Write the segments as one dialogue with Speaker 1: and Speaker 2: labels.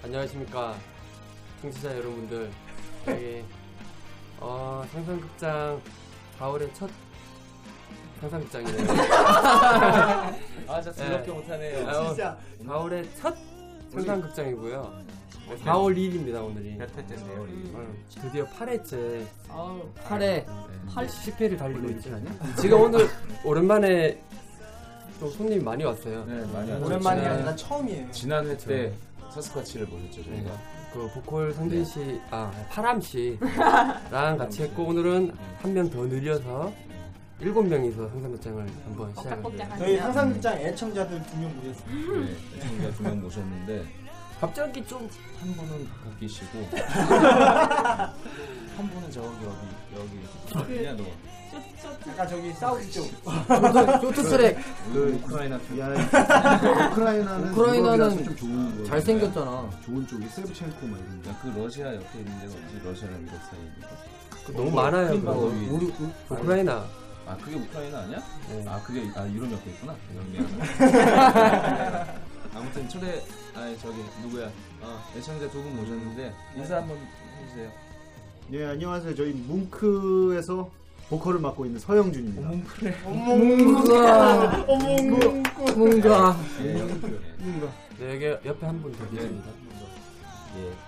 Speaker 1: 안녕하십니까 청취자 여러분들 저희 어, 상상극장 4월의 첫 상상극장이네요
Speaker 2: 아, 진짜 즐겁게
Speaker 1: 네.
Speaker 2: 못하네요.
Speaker 1: 아유, 4월의 첫 상상극장이고요 네, 4월 2일입니다 오늘이
Speaker 2: 몇 회째인데요, 우리?
Speaker 1: 어, 드디어 8회째
Speaker 2: 아우,
Speaker 1: 8회
Speaker 2: 네.
Speaker 1: 10회를 달리고 있죠
Speaker 2: 아니야?
Speaker 1: 지금 오늘 오랜만에 좀 손님이 많이 왔어요 음.
Speaker 2: 네, 많이 하죠.
Speaker 3: 오랜만이
Speaker 1: 지난-
Speaker 3: 아니라 처음이에요.
Speaker 2: 지난해 때 사스카치를 보셨죠,
Speaker 1: 네,
Speaker 2: 저희가.
Speaker 4: 음.
Speaker 1: 그 보컬
Speaker 4: 네.
Speaker 1: 성진 씨, 아 파람 씨랑 같이 했고 오늘은 한 명 더 늘려서 일곱 명이서 상상극장을 한번 시작을 해요.
Speaker 3: 저희 상상극장 애청자들 두 명 모셨습니다.
Speaker 2: 네, 우리가 두명 모셨는데 갑자기 좀 한 분은 바뀌시고 한 분은 저기 여기 여기 어디냐 너
Speaker 3: 아까 저기 사우디 쪽.
Speaker 4: 쇼트트랙
Speaker 1: 네.
Speaker 2: 그 우크라이나 쪽
Speaker 5: 야, 우크라이나는
Speaker 4: 우크라이나는
Speaker 5: 유럽이라서 좀 좋은 거야.
Speaker 4: 잘생겼잖아.
Speaker 5: 좋은 쪽이 세브첸코 막 이런 데.
Speaker 2: 야, 네. 그 러시아 옆에 있는 데가 어디지? 러시아랑 유럽 사이니까
Speaker 1: 그 너무 많아요. 그거.
Speaker 2: 거기.
Speaker 1: 우리 우- 우크라이나.
Speaker 2: 아 그게 우크라이나 아니야?
Speaker 1: 네.
Speaker 2: 아 그게 아 유럽 옆에 있구나 이런 게 아무튼 초대 아 저기 누구야 어, 애청자 두 분 모셨는데 인사 한번 해주세요
Speaker 5: 예, 안녕하세요. 저희 뭉크에서 보컬을 맡고 있는 서영준입니다.
Speaker 4: 뭔가 뭔가
Speaker 2: 예, 예.
Speaker 1: 네, 여기 옆에 한 분 더 계십니다.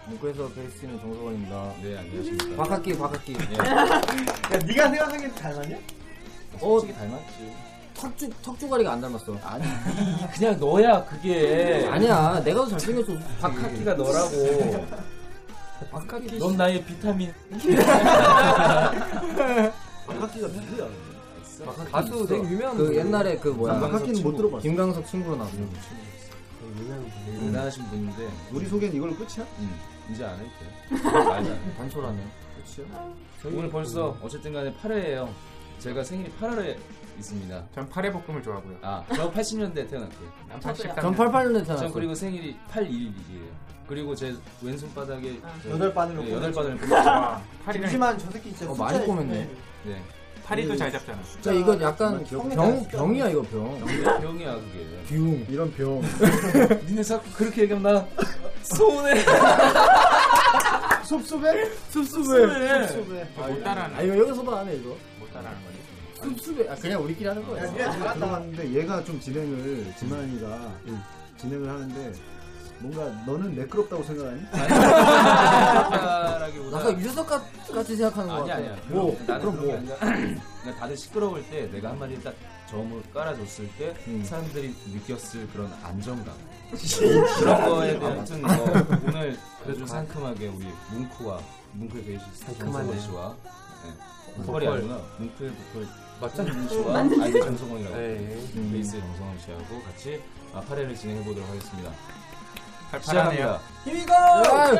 Speaker 2: 문구에서 베이스 치는 정석원입니다. 네, 안녕하십니까.
Speaker 4: 박학기 박학기
Speaker 3: 야, 네가 생각하기엔 잘 맞냐?
Speaker 2: 어, 솔직히 닮았지.
Speaker 4: 턱주 턱주가리가 안 닮았어
Speaker 2: 아니, 그냥 너야, 그게.
Speaker 1: 네.
Speaker 4: 아니야 내가 더 잘생겼어 박학기
Speaker 2: 박학기가 너라고.
Speaker 4: 박학기
Speaker 2: 넌 나의 비타민.
Speaker 5: 박학기가 누구야?
Speaker 1: 가수 되게 유명한
Speaker 4: 그
Speaker 1: 분.
Speaker 4: 옛날에 그 뭐야
Speaker 5: 박학기는 못 들어봤어.
Speaker 4: 김광석 친구로 나왔어
Speaker 1: 되게 유명한 분.
Speaker 2: 네, 대단하신 분인데,
Speaker 5: 우리 소개는 이걸로 끝이야?
Speaker 2: 음, 이제 안 할게요. 말도 안 해.
Speaker 4: 단촐하네
Speaker 2: 그렇죠. 오늘 벌써, 어쨌든 간에 8회예요 제가 생일이 8월에 있습니다.
Speaker 6: 전 파래볶음을 좋아하고요.
Speaker 2: 아, 저 80년대 태어났고요.
Speaker 6: 난 83.
Speaker 4: 전 88년에
Speaker 2: 전
Speaker 4: 태어났어
Speaker 2: 그리고 생일이 8일이에요. 그리고 제 왼손바닥에 저-
Speaker 3: 여덟 바늘로.
Speaker 2: 네, 여덟
Speaker 3: 꽂아줘.
Speaker 2: 바늘
Speaker 6: 아, 파리랑
Speaker 3: 잠시만 저 새끼 진짜
Speaker 4: 어, 많이
Speaker 3: 숫자에
Speaker 4: 꼬맸네.
Speaker 3: 꽂혀있네.
Speaker 2: 네.
Speaker 6: 파리도 잘 잡잖아.
Speaker 4: 자 이거 약간
Speaker 3: 기억나.
Speaker 4: 병 병이야 이거 병
Speaker 2: 병이야, 그게.
Speaker 4: 비웅
Speaker 5: 이런 병.
Speaker 2: 니네 자꾸 그렇게 얘기하면 나 손해.
Speaker 5: 섭섭해?
Speaker 2: 손해.
Speaker 5: 섭섭해.
Speaker 6: 못 따라하는
Speaker 4: 아 이거 여기서도 안 해 이거
Speaker 6: 못 따라하는 거지.
Speaker 4: 숲숲에 아 그냥 우리끼리 하는
Speaker 3: 야,
Speaker 4: 거야
Speaker 3: 니가 잘한다.
Speaker 5: 근데 얘가 좀 진행을, 지만이가 진행을 하는데 뭔가 너는 매끄럽다고 생각하니?
Speaker 4: 약간
Speaker 2: 아니라기보다
Speaker 4: 유재석 같- 같이 생각하는 거
Speaker 2: 아니
Speaker 4: 같아
Speaker 2: 아니야.
Speaker 4: 뭐
Speaker 2: 나는
Speaker 4: 그럼
Speaker 2: 그런 게
Speaker 4: 뭐
Speaker 2: 아니라 그냥 다들 시끄러울 때 내가 한마디 딱 점을 깔아줬을 때 사람들이 느꼈을 그런 안정감 그런 거에 대한 아무튼 어, 오늘 그래도 상큼하게 우리 뭉크와 뭉크에 계신
Speaker 1: 상큼하네요.
Speaker 2: 정성원 씨와 네. 보컬이 아니구나 뭉크의 보컬
Speaker 1: 맞죠?
Speaker 2: 씨와 아니 정성원이라고
Speaker 1: 네.
Speaker 2: 베이스 정성원 씨하고 같이 아파레를 진행해 보도록 하겠습니다.
Speaker 6: 파라네요.
Speaker 2: 시작합니다.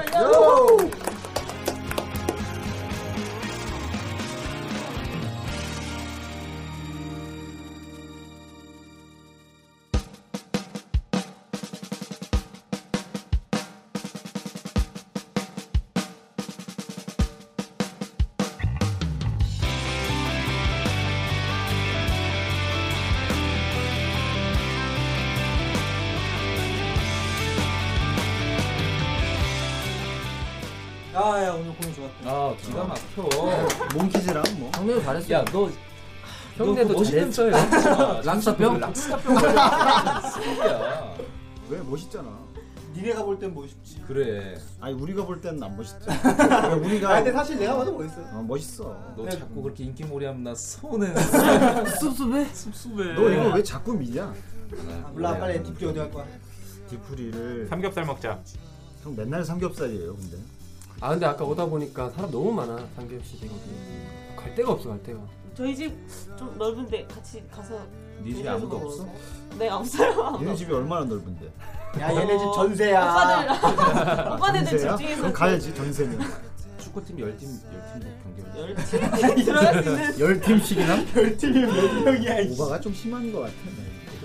Speaker 3: 아, 야, 오늘 공연 좋았다.
Speaker 2: 아 기가 막혀.
Speaker 5: 몽키즈랑 뭐.
Speaker 4: 정리도 잘했어
Speaker 2: 야 너
Speaker 1: 형네도
Speaker 2: 멋있는
Speaker 1: 잘했어.
Speaker 2: 척해.
Speaker 1: 아,
Speaker 4: 람사병
Speaker 2: 락스타병. 야
Speaker 5: 왜 멋있잖아.
Speaker 3: 니네가 볼 땐 멋있지.
Speaker 2: 그래.
Speaker 5: 아니 우리가 볼 때는 안 멋있지. 그러니까 우리가
Speaker 3: 아 근데 사실 내가 봐도 멋있어.
Speaker 5: 어, 멋있어.
Speaker 2: 너 자꾸 그렇게 인기몰이하면 나 서운해.
Speaker 4: 섭섭해?
Speaker 6: 씁쓸해.
Speaker 5: 너 이거 왜 자꾸 미냐?
Speaker 2: 네.
Speaker 3: 아, 몰라 빨리 엔티티 어디 갈 거야.
Speaker 5: 디프리를
Speaker 6: 삼겹살 먹자.
Speaker 5: 형 맨날 삼겹살이에요, 근데.
Speaker 1: 아 근데 아까 오다 보니까 사람 너무 많아 삼겹시 거기 갈 데가 없어 갈 데가
Speaker 7: 저희 집 좀 넓은데 같이 가서
Speaker 2: 네 집에 아무도 없어?
Speaker 7: 네 없어요.
Speaker 5: 얘네 집이 얼마나 넓은데?
Speaker 3: 야 얘네 집
Speaker 7: 어,
Speaker 3: 전세야.
Speaker 7: 오빠들
Speaker 5: 아,
Speaker 7: 오빠네들
Speaker 5: 전세야?
Speaker 7: 집중해서
Speaker 5: 그럼 가야지 전세면.
Speaker 2: 축구팀 10팀 10팀 경기를.
Speaker 7: 들어갈 수 있는
Speaker 4: 열 팀씩이나?
Speaker 3: 별 팀이 몇 명이야. 이
Speaker 5: 오바가 좀 심한 것 같아.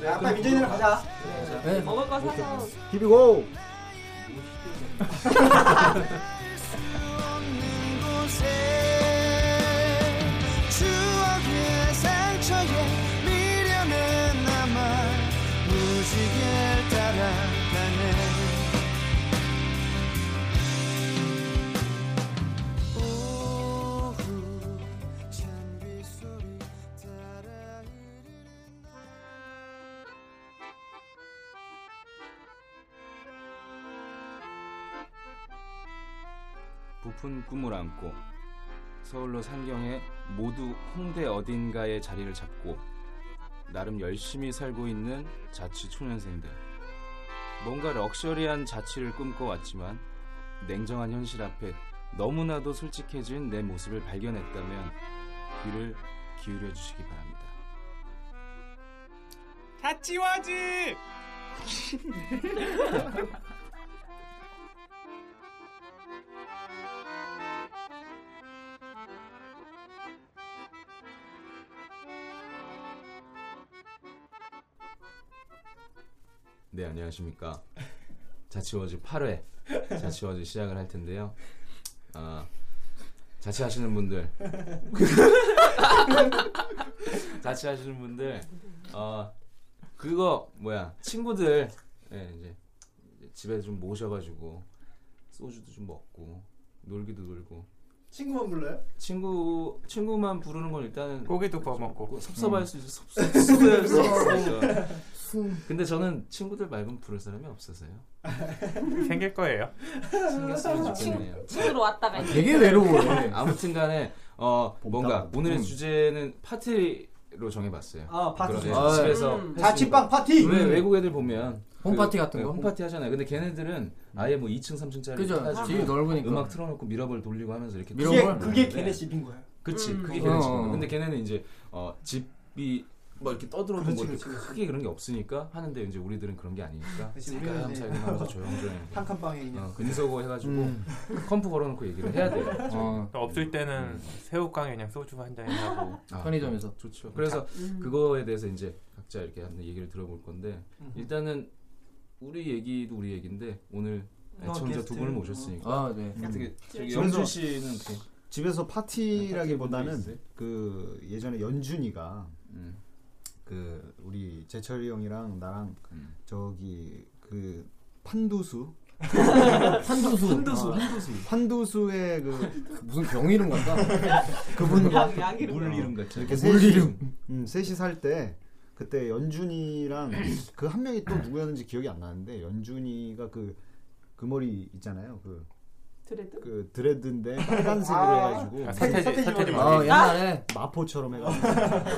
Speaker 3: 야, 아빠 민준이랑 가자.
Speaker 4: 네.
Speaker 7: 먹을 거 사서
Speaker 5: 비비고.
Speaker 2: 부푼 꿈을 안고 서울로 상경해 모두 홍대 어딘가에 자리를 잡고 나름 열심히 살고 있는 자취 초년생들 뭔가 럭셔리한 자취를 꿈꿔왔지만 냉정한 현실 앞에 너무나도 솔직해진 내 모습을 발견했다면 귀를 기울여 주시기 바랍니다.
Speaker 6: 자취와지.
Speaker 2: 네 안녕하십니까 자치워즈 8회 자치워즈 시작을 할 텐데요 아 자치하시는 분들 자치하시는 분들 어 그거 뭐야 친구들 예, 이제 집에 좀 모셔가지고 소주도 좀 먹고 놀기도 놀고
Speaker 3: 친구만 불러요?
Speaker 2: 친구 친구만 부르는 건 일단은
Speaker 6: 고기도 구워 먹고.
Speaker 2: 꼭 섭섭할 수 있어 섭섭할 수 있어 근데 저는 친구들 말고는 부를 사람이 없어서요
Speaker 6: 생길 거예요.
Speaker 2: 생겼으면 좋겠네요.
Speaker 7: 집으로 왔다가 이제
Speaker 4: 되게 외로워해.
Speaker 2: 아, 아무튼간에 어
Speaker 5: 봄,
Speaker 2: 뭔가
Speaker 5: 가을.
Speaker 2: 오늘의
Speaker 5: 음.
Speaker 2: 주제는 파티로 정해봤어요.
Speaker 3: 아 파티.
Speaker 2: 그러네.
Speaker 4: 아,
Speaker 2: 집에서
Speaker 7: 음.
Speaker 2: 할수
Speaker 3: 자취방 파티.
Speaker 2: 있는 거. 왜 외국 애들 보면
Speaker 4: 홈파티 같은
Speaker 2: 네,
Speaker 4: 거?
Speaker 2: 홈파티 하잖아요. 근데 걔네들은 아예 뭐 2층 3층짜리
Speaker 4: 그죠?
Speaker 2: 아,
Speaker 4: 집이
Speaker 1: 네.
Speaker 4: 넓으니까.
Speaker 2: 음악 틀어놓고 미러볼 돌리고 하면서 이렇게
Speaker 4: 미러-
Speaker 3: 그게
Speaker 4: 이런 걸.
Speaker 3: 그게
Speaker 2: 네.
Speaker 3: 걔네 집인 거야.
Speaker 2: 그치
Speaker 7: 음.
Speaker 2: 그게 걔네
Speaker 4: 어.
Speaker 2: 집인 거. 근데 걔네는 이제 어, 집이 뭐 이렇게 떠들어도 뭐
Speaker 3: 그렇지,
Speaker 2: 이렇게
Speaker 3: 그렇지.
Speaker 2: 크게 그런 게 없으니까 하는데 이제 우리들은 그런 게 아니니까
Speaker 3: 그치, 우리는
Speaker 2: 살금
Speaker 3: 이제
Speaker 2: 살금 하면서 조용조용
Speaker 3: 한 칸 방에 그냥.
Speaker 2: 어, 근소고 해가지고
Speaker 4: 음.
Speaker 2: 컴프 걸어놓고 얘기를 해야 돼요.
Speaker 4: 어,
Speaker 6: 그러니까 없을 때는 새우깡에 그냥 소주 한 잔 하고.
Speaker 2: 아,
Speaker 4: 편의점에서.
Speaker 2: 좋죠. 그래서
Speaker 7: 음.
Speaker 2: 그거에 대해서 이제 각자 이렇게 하는 얘기를 들어볼 건데
Speaker 3: 음.
Speaker 2: 일단은 우리 얘기도 우리 얘기인데 오늘
Speaker 3: 어,
Speaker 2: 애청자
Speaker 3: 게스트. 음.
Speaker 2: 두 분을 모셨으니까
Speaker 4: 아, 네.
Speaker 2: 어떻게 저기
Speaker 5: 집에서-
Speaker 2: 영준 씨는 이렇게
Speaker 5: 집에서
Speaker 4: 네,
Speaker 2: 파티 분들
Speaker 5: 파티라기보다는
Speaker 2: 있어요?
Speaker 5: 그 예전에 연준이가
Speaker 2: 음,
Speaker 5: 그 우리 제철이 형이랑 나랑
Speaker 2: 음.
Speaker 5: 저기 그 판두수
Speaker 4: 한두수. 아,
Speaker 5: 판두수 판두수의 그
Speaker 4: 무슨 병 이름 같다.
Speaker 5: 그분과
Speaker 7: 약, 약 이런
Speaker 2: 물 이름 같이
Speaker 5: 이렇게
Speaker 4: 물
Speaker 5: 셋이-
Speaker 4: 이름.
Speaker 5: 음, 셋이 살 때 그때 연준이랑 그 한 명이 또 누구였는지 기억이 안 나는데 연준이가 그 그 머리 있잖아요 그,
Speaker 7: 드레드
Speaker 5: 그 드레드인데 빨간색으로
Speaker 3: 아.
Speaker 6: 아,
Speaker 5: 해가지고
Speaker 6: 사태지 사태지
Speaker 4: 아,
Speaker 6: 마.
Speaker 4: 옛날에
Speaker 5: 마포처럼 해가지고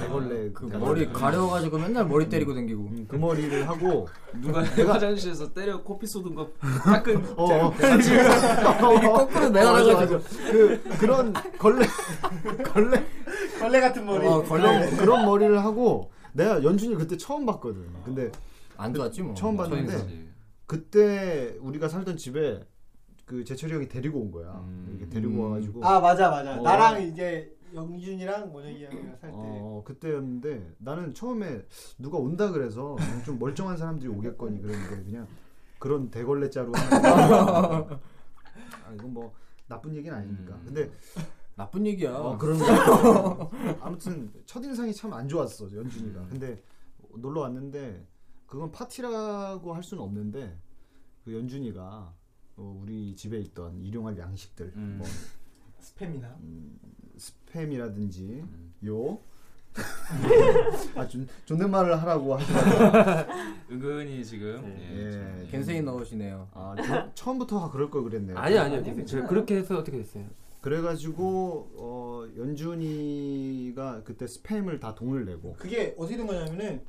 Speaker 5: 애벌레
Speaker 4: 그 머리 가려가지고 맨날 머리 때리고 댕기고.
Speaker 5: 음, 그 머리를 하고
Speaker 2: 누가 화장실에서 때려 코피 쏟은 거 닦은
Speaker 5: 어, 어, 이게 거꾸로
Speaker 4: 매달아가지고.
Speaker 5: 그 그런 걸레 걸레
Speaker 3: 벌레 같은 머리.
Speaker 4: 어,
Speaker 5: 걸레 그런 머리를 하고 내가 연준이 그때 처음 봤거든. 근데
Speaker 4: 안 좋았지 뭐.
Speaker 5: 처음
Speaker 4: 저희는.
Speaker 5: 봤는데 그때 우리가 살던 집에 그 제철이 형이 데리고 온 거야.
Speaker 2: 음.
Speaker 5: 이렇게 데리고
Speaker 2: 음.
Speaker 5: 와가지고
Speaker 3: 아 맞아 맞아.
Speaker 5: 어.
Speaker 3: 나랑 이제 영준이랑 원영이 형이랑 살 때.
Speaker 5: 어, 그때였는데 나는 처음에 누가 온다 그래서 좀 멀쩡한 사람들이 오겠거니 그랬는데 그냥 그런 대걸레 자루 하나 아 이건 뭐 나쁜 얘기는 아니니까
Speaker 2: 음.
Speaker 5: 근데
Speaker 4: 나쁜 얘기야.
Speaker 5: 어, 그런 거 아무튼 첫인상이 참 안 좋았어 연준이가
Speaker 3: 음.
Speaker 5: 근데 놀러 왔는데 그건 파티라고 할 수는 없는데 그 연준이가 어, 우리 집에 있던 일용할 양식들
Speaker 2: 음.
Speaker 5: 뭐
Speaker 3: 스팸이나. 음.
Speaker 5: 스팸이라든지 요 아 존, 존댓말을 하라고 하시더라고요.
Speaker 2: 은근히 지금
Speaker 3: 네,
Speaker 5: 네.
Speaker 2: 예, 좀, 예.
Speaker 4: 겐세이 넣으시네요.
Speaker 5: 아, 저- 처음부터 그럴 걸 그랬네요.
Speaker 1: 아니 아니요. 제가 그렇게 해서 어떻게 됐어요?
Speaker 5: 그래가지고 어, 연준이가 그때 스팸을 다 돈을 내고
Speaker 3: 그게 어떻게 된 거냐면은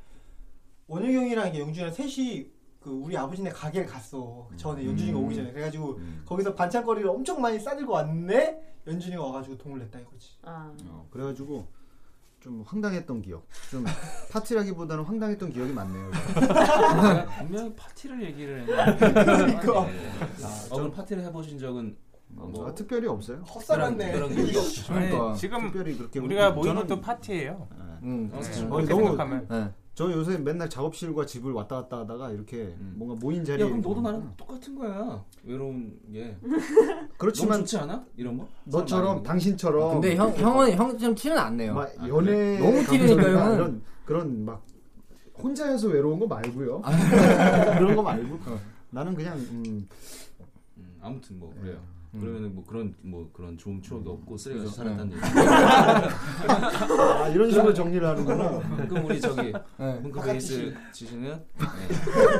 Speaker 3: 원효경이랑 이게 영준이랑 셋이 그 우리 아버지네 가게를 갔어. 전에 아,
Speaker 5: 음.
Speaker 3: 연준이가 오기 전에. 그래가지고 거기서 반찬거리를 엄청 많이 싸들고 왔는데 연준이가 와가지고 돈을 냈다 이거지.
Speaker 7: 아.
Speaker 5: 어, 그래가지고 좀 황당했던 기억. 좀 파티라기보다는 황당했던 기억이 많네요.
Speaker 2: 분명히 파티를 얘기를 했는데 그러니까 아, 저는 파티를 해보신 적은 어, 뭐
Speaker 5: 아, 특별히 없어요.
Speaker 3: 헛살았네.
Speaker 2: 그런 게 없죠.
Speaker 4: 그러니까.
Speaker 6: 네, 지금
Speaker 5: 특별히 그렇게
Speaker 6: 우리가
Speaker 5: 우-
Speaker 6: 모인
Speaker 5: 저는-
Speaker 6: 것도 파티예요.
Speaker 4: 음.
Speaker 2: 어,
Speaker 6: 네,
Speaker 2: 사실
Speaker 6: 그렇게
Speaker 5: 너무-
Speaker 6: 생각하면
Speaker 4: 네.
Speaker 5: 저 요새 맨날 작업실과 집을 왔다 갔다 하다가 이렇게 뭔가 모인
Speaker 2: 야
Speaker 5: 자리에
Speaker 2: 그럼 너도
Speaker 5: 있는
Speaker 2: 나랑 똑같은 거야 외로운 게 너무
Speaker 5: 그렇지만
Speaker 2: 좋지 않아? 이런 거?
Speaker 5: 너처럼
Speaker 1: 아,
Speaker 5: 당신처럼
Speaker 4: 근데 형 형은 형처럼 티는 안 내요.
Speaker 5: 막 연애
Speaker 4: 너무 티내니까
Speaker 5: 감정이나
Speaker 4: 형은.
Speaker 5: 이런 그런 막 혼자여서 외로운 거 말고요. 그런 거 말고 나는 그냥 음,
Speaker 2: 음, 아무튼 뭐 그래요. 그러면은 뭐 그런 뭐 그런 좋은 추억이 없고 쓰레기 같이
Speaker 4: 네. 음. 그죠. 네.
Speaker 2: 살았다는 얘기.
Speaker 5: 아, 이런 식으로 정리를 하는구나.
Speaker 2: 그럼 우리 저기
Speaker 4: 네.
Speaker 2: 문크 베이스 지시는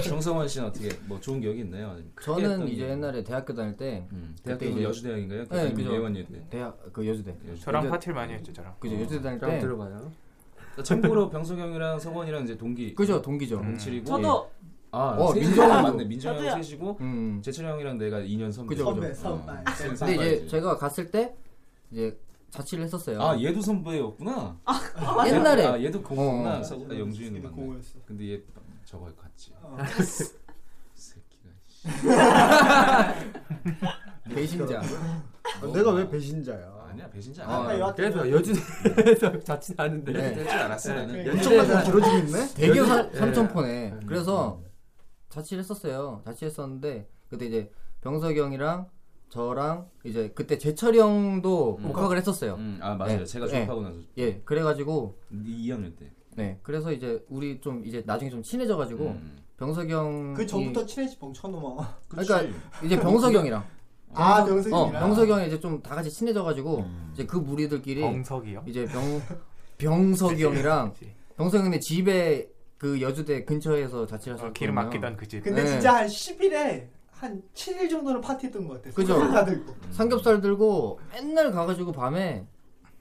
Speaker 2: 정성원 씨는 어떻게 뭐 좋은 기억이 있나요? 아니면 크게
Speaker 4: 저는
Speaker 2: 했던
Speaker 4: 이제
Speaker 2: 기억?
Speaker 4: 옛날에 대학교 다닐 때
Speaker 2: 음,
Speaker 4: 그때
Speaker 2: 대학교
Speaker 4: 이제-
Speaker 2: 여주대학인가요?
Speaker 4: 네,
Speaker 2: 네,
Speaker 4: 그죠.
Speaker 2: 예원예대.
Speaker 4: 대학 그 여주대.
Speaker 6: 저랑
Speaker 4: 그죠.
Speaker 6: 파티를 많이 했죠, 저랑.
Speaker 4: 그죠 여주대 다닐
Speaker 1: 한번
Speaker 4: 때.
Speaker 1: 들어봐요.
Speaker 2: 나 참고로 병석형이랑 성원이랑 이제 동기.
Speaker 4: 그죠 동기죠.
Speaker 6: 음.
Speaker 2: 07이고.
Speaker 7: 저도
Speaker 2: 아,
Speaker 4: 어,
Speaker 2: 셋이-
Speaker 4: 민정이
Speaker 2: 아, 맞네. 민정
Speaker 7: 저도요.
Speaker 2: 형 셋이고
Speaker 4: 음.
Speaker 2: 재철 형이랑 내가 2년 선배.
Speaker 4: 그죠, 그죠. 아,
Speaker 3: 선배, 선배.
Speaker 2: 어,
Speaker 4: 근데 이제
Speaker 2: 선배지.
Speaker 4: 제가 갔을 때 이제 자취를 했었어요.
Speaker 2: 아 얘도 선배였구나.
Speaker 4: 옛날에
Speaker 2: 아 얘도 공구나.
Speaker 4: 어.
Speaker 2: 서- 아, 영준이는 맞네.
Speaker 3: 공부였어.
Speaker 2: 근데 얘 저거 같지.
Speaker 3: 어.
Speaker 2: 새끼가. 씨.
Speaker 3: 음.
Speaker 4: 배신자.
Speaker 5: 아, 내가 왜 배신자야?
Speaker 2: 아니야 배신자
Speaker 4: 아,
Speaker 2: 아니야.
Speaker 3: 여하튼
Speaker 1: 그래서 여주대에서 자취 하는데
Speaker 4: 네.
Speaker 2: 될줄 알았어 나는.
Speaker 3: 그러니까.
Speaker 5: 엄청나게 다 길어지고 있네.
Speaker 4: 되게
Speaker 1: 여기-
Speaker 4: 사-
Speaker 1: 예.
Speaker 4: 삼천포네. 그래서 자취를 했었어요. 자취했었는데 그때 이제 병석이 형이랑 저랑 이제 그때 재철이 형도 복학을 했었어요.
Speaker 2: 음, 아 맞아요.
Speaker 4: 네.
Speaker 2: 제가
Speaker 4: 네.
Speaker 2: 졸업하고 나서
Speaker 4: 예, 그래가지고
Speaker 2: 2학년 때.
Speaker 4: 네, 그래서 이제 우리 좀 이제 나중에 좀 친해져가지고
Speaker 2: 음.
Speaker 4: 병석이 형.
Speaker 3: 그 전부터 친해지 멍청놈아.
Speaker 4: 그러니까
Speaker 6: 음.
Speaker 4: 이제 병석이 형이랑.
Speaker 3: 아,
Speaker 4: 어,
Speaker 3: 병석이랑.
Speaker 4: 병석이 형이 이제 좀 다 같이 친해져가지고
Speaker 3: 음.
Speaker 4: 이제 그 무리들끼리
Speaker 6: 엉석이요.
Speaker 4: 이제 병 병석이 형이랑 병석이 형네 집에 그 여주대 근처에서 자취를
Speaker 6: 어,
Speaker 4: 하셨거든요.
Speaker 6: 길을 막히던 그 집.
Speaker 3: 근데
Speaker 4: 네.
Speaker 3: 진짜 한 10일에 한 7일 정도는 파티했던 것 같아.
Speaker 4: 그죠.
Speaker 3: 다 들고.
Speaker 4: 삼겹살 들고 맨날 가가지고 밤에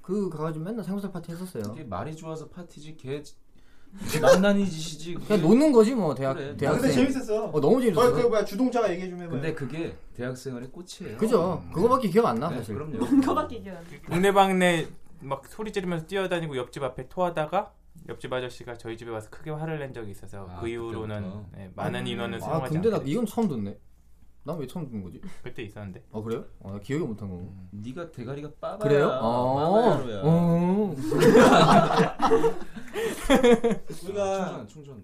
Speaker 4: 그 가가지고 맨날 삼겹살 파티 했었어요.
Speaker 2: 이게 말이 좋아서 파티지 걔 만난이 짓이지. 그게-
Speaker 4: 그냥 노는 거지 뭐 대학
Speaker 2: 그래.
Speaker 3: 아,
Speaker 4: 대학생.
Speaker 3: 근데 재밌었어.
Speaker 4: 어 너무
Speaker 3: 어, 그
Speaker 4: 재밌었어.
Speaker 3: 뭐야 주동자가 얘기 좀 해봐.
Speaker 2: 근데 그게 대학생활의 꽃이에요.
Speaker 4: 그죠.
Speaker 2: 음.
Speaker 4: 그거밖에 기억 안 나
Speaker 2: 네,
Speaker 4: 사실.
Speaker 2: 그럼요.
Speaker 7: 그거밖에 기억 안 나.
Speaker 6: 동네방네 막 소리 지르면서 뛰어다니고 옆집 앞에 토하다가 옆집 아저씨가 저희 집에 와서 크게 화를 낸 적이 있어서
Speaker 2: 아,
Speaker 6: 그 이후로는
Speaker 2: 그때부터.
Speaker 6: 네, 많은 인원을
Speaker 4: 아
Speaker 6: 사용하지
Speaker 4: 근데 나
Speaker 6: 않게 됐-
Speaker 4: 이건 처음 듣네. 난 왜 처음 듣는 거지?
Speaker 6: 그때 있었는데
Speaker 4: 아 그래요? 아, 나 기억이 못한 거.
Speaker 2: 네가 대가리가 빠바야.
Speaker 4: 그래요?
Speaker 2: 빠바야로야.
Speaker 4: 어.
Speaker 3: 우리가
Speaker 2: 충전, 충전.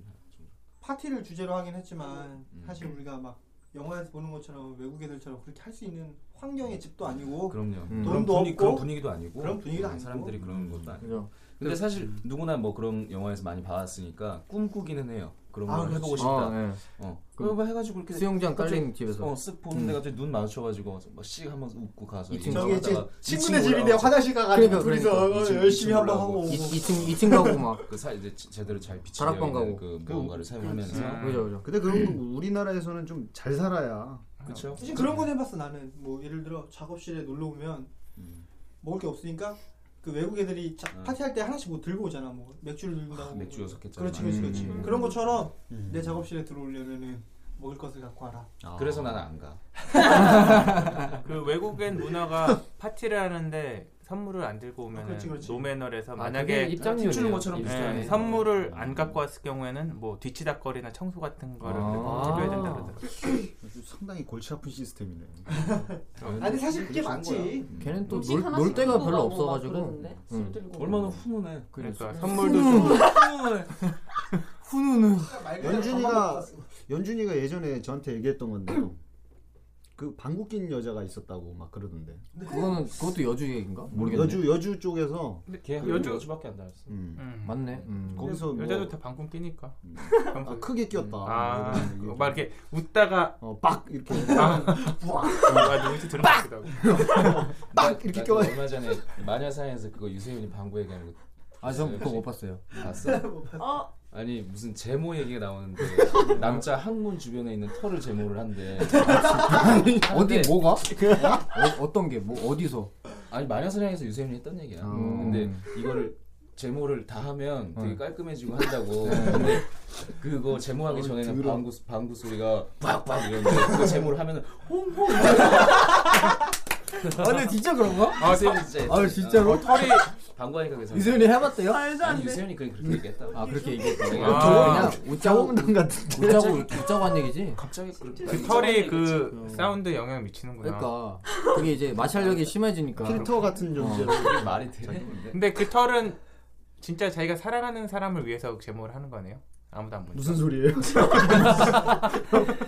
Speaker 3: 파티를 주제로 하긴 했지만
Speaker 2: 음.
Speaker 3: 사실 우리가 막 영화에서 보는 것처럼 외국 애들처럼 그렇게 할 수 있는 환경의 집도 아니고
Speaker 2: 그럼요.
Speaker 4: 음.
Speaker 2: 그런
Speaker 3: 돈도
Speaker 2: 분위
Speaker 3: 없고.
Speaker 2: 그런 분위기도 아니고
Speaker 3: 그런 분위기도
Speaker 2: 음,
Speaker 3: 아니고.
Speaker 2: 사람들이 그런 것도 아니고.
Speaker 4: 그죠.
Speaker 2: 근데 사실
Speaker 3: 음.
Speaker 2: 누구나 뭐 그런 영화에서 많이 봐왔으니까 꿈꾸기는 해요. 그런
Speaker 3: 아,
Speaker 2: 걸
Speaker 3: 그렇지.
Speaker 2: 해보고 싶다.
Speaker 4: 어, 예.
Speaker 2: 어.
Speaker 4: 그럼
Speaker 2: 그거 해가지고 이렇게
Speaker 4: 수영장 깔린 집에서.
Speaker 2: 어, 쓱 보는데 갑자기 눈 마주쳐가지고 뭐 막씩 한번 웃고 가서
Speaker 4: 이층
Speaker 3: 저기 음. 이제
Speaker 2: 하다가
Speaker 3: 친구네
Speaker 2: 이층
Speaker 3: 집인데
Speaker 2: 올라가서
Speaker 3: 화장실 가가지고
Speaker 4: 그러니까,
Speaker 3: 둘이서
Speaker 2: 그러니까.
Speaker 3: 어,
Speaker 2: 이층,
Speaker 3: 열심히
Speaker 2: 이층
Speaker 3: 한번
Speaker 2: 올라가고.
Speaker 3: 하고 오고.
Speaker 4: 이 2층 2층 가고 막
Speaker 2: 그 사, 이제 제- 제대로 잘
Speaker 4: 다락방
Speaker 2: 비치되어 있는
Speaker 4: 가고.
Speaker 2: 그 무언가를 사용하면서
Speaker 4: 그죠 그죠.
Speaker 5: 근데 그런 거 우리나라에서는 좀 잘 살아야
Speaker 2: 그렇죠.
Speaker 3: 사실 그런 건 해봤어 나는 뭐 예를 들어 작업실에 놀러 오면
Speaker 2: 음.
Speaker 3: 먹을 게 없으니까 그 외국 애들이 자-
Speaker 2: 음.
Speaker 3: 파티할 때 하나씩 뭐 들고 오잖아 뭐 맥주를 들고 오고
Speaker 2: 맥주 여섯 개짜리.
Speaker 3: 그렇지 그렇지 그렇지
Speaker 2: 음.
Speaker 3: 그런 것처럼 내 작업실에 들어오려면은 먹을 것을 갖고 와라
Speaker 2: 아, 그래서 나는 안 가. 아,
Speaker 6: 그 외국엔 문화가 파티를 하는데 선물을 안 들고 오면
Speaker 3: 아, 그렇지,
Speaker 6: 은
Speaker 3: 그렇지.
Speaker 6: 노매너에서
Speaker 4: 아,
Speaker 6: 만약에
Speaker 4: 그게 입장료예요.
Speaker 2: 주는 것처럼
Speaker 6: 예,
Speaker 2: 비슷하네. 음.
Speaker 6: 선물을 안 갖고 왔을 경우에는 뭐 뒤치다거리나 청소 같은 거를
Speaker 4: 아.
Speaker 6: 빌려야 된다 그러더라고요.
Speaker 5: 아주 상당히 골치 아픈 시스템이네.
Speaker 3: 아니 사실 그게
Speaker 5: 그게 좋은
Speaker 3: 많지
Speaker 4: 걔는
Speaker 7: 음식
Speaker 4: 또
Speaker 7: 하나씩
Speaker 4: 놀 데가
Speaker 7: 들고
Speaker 4: 별로
Speaker 7: 가고 막
Speaker 4: 없어가지고.
Speaker 7: 그러는데? 술
Speaker 4: 응.
Speaker 7: 들고
Speaker 2: 얼마나
Speaker 3: 네.
Speaker 2: 훈훈해.
Speaker 6: 그러니까
Speaker 4: 그랬어요.
Speaker 6: 선물도 좀
Speaker 3: 아,
Speaker 5: 연준이가 연준이가 예전에 저한테 얘기했던 건데 그 방귀 낀 여자가 있었다고 막 그러던데.
Speaker 4: 그거는 그것도 여주 얘기인가? 모르겠네.
Speaker 5: 여주 여주 쪽에서
Speaker 2: 근데
Speaker 3: 그
Speaker 2: 걔
Speaker 6: 여주-
Speaker 2: 여주 여주밖에 안 달았어.
Speaker 5: 음.
Speaker 6: 음.
Speaker 4: 맞네. 음.
Speaker 5: 거기서 뭐
Speaker 6: 여자도 다 방금 끼니까.
Speaker 2: 음.
Speaker 5: 아, 크게 끼었다.
Speaker 4: 음.
Speaker 5: 뭐
Speaker 6: 아,
Speaker 5: 이런 얘기.
Speaker 6: 그거 막 이렇게 웃다가
Speaker 5: 어, 빡 이렇게
Speaker 6: 아, 누구지 들은 것 같기도 하고.
Speaker 5: 빡 이렇게
Speaker 3: 아,
Speaker 2: 나
Speaker 5: 껴가지고
Speaker 2: 얼마 전에 마녀사냥에서 그거 유세윤이 방구 얘기하는 거
Speaker 4: 아전 그거 못 봤어요.
Speaker 2: 봤어?
Speaker 7: 어,
Speaker 2: 아니 무슨 제모 얘기가 나오는데 남자 항문 주변에 있는 털을 제모를 한대.
Speaker 4: 어디 뭐가? 어, 어떤 게? 뭐 어디서?
Speaker 2: 아니 마녀사냥에서 유세윤이 했던 얘기야.
Speaker 4: 음.
Speaker 2: 근데 이거를 제모를 다 하면 되게 깔끔해지고 한다고. 근데 그거 제모하기 전에는 방구 방구 소리가 빡빡 이러는데 그 제모를 하면은 홍홍.
Speaker 4: 아 근데 진짜 그런가?
Speaker 2: 아 유세윤이 진짜.
Speaker 4: 아,
Speaker 2: 했지.
Speaker 4: 진짜로?
Speaker 2: 어, 털이 방구하니까 그래서.
Speaker 4: 이소연이 해봤대요?
Speaker 7: 말도 안
Speaker 2: 아니
Speaker 7: 돼.
Speaker 2: 유세윤이 그냥 그렇게 얘기했다고.
Speaker 4: 아 그렇게 얘기했다고.
Speaker 6: 아.
Speaker 4: 아, 그냥
Speaker 5: 짜
Speaker 4: 웃자고
Speaker 5: 문당 같은데.
Speaker 4: 웃자고 웃자고 한 얘기지.
Speaker 2: 갑자기 그렇게.
Speaker 6: 그 털이 그 사운드에 영향 미치는구나.
Speaker 4: 그러니까 그게 이제
Speaker 1: 아, 그러니까.
Speaker 4: 마찰력이 심해지니까.
Speaker 5: 필터 같은 존재로.
Speaker 2: 이게 말이 돼.
Speaker 6: 근데 그 털은 진짜 자기가 사랑하는 사람을 위해서 제모를 하는 거네요. 아무도 안 보니까.
Speaker 5: 무슨 소리예요?
Speaker 4: 사랑하는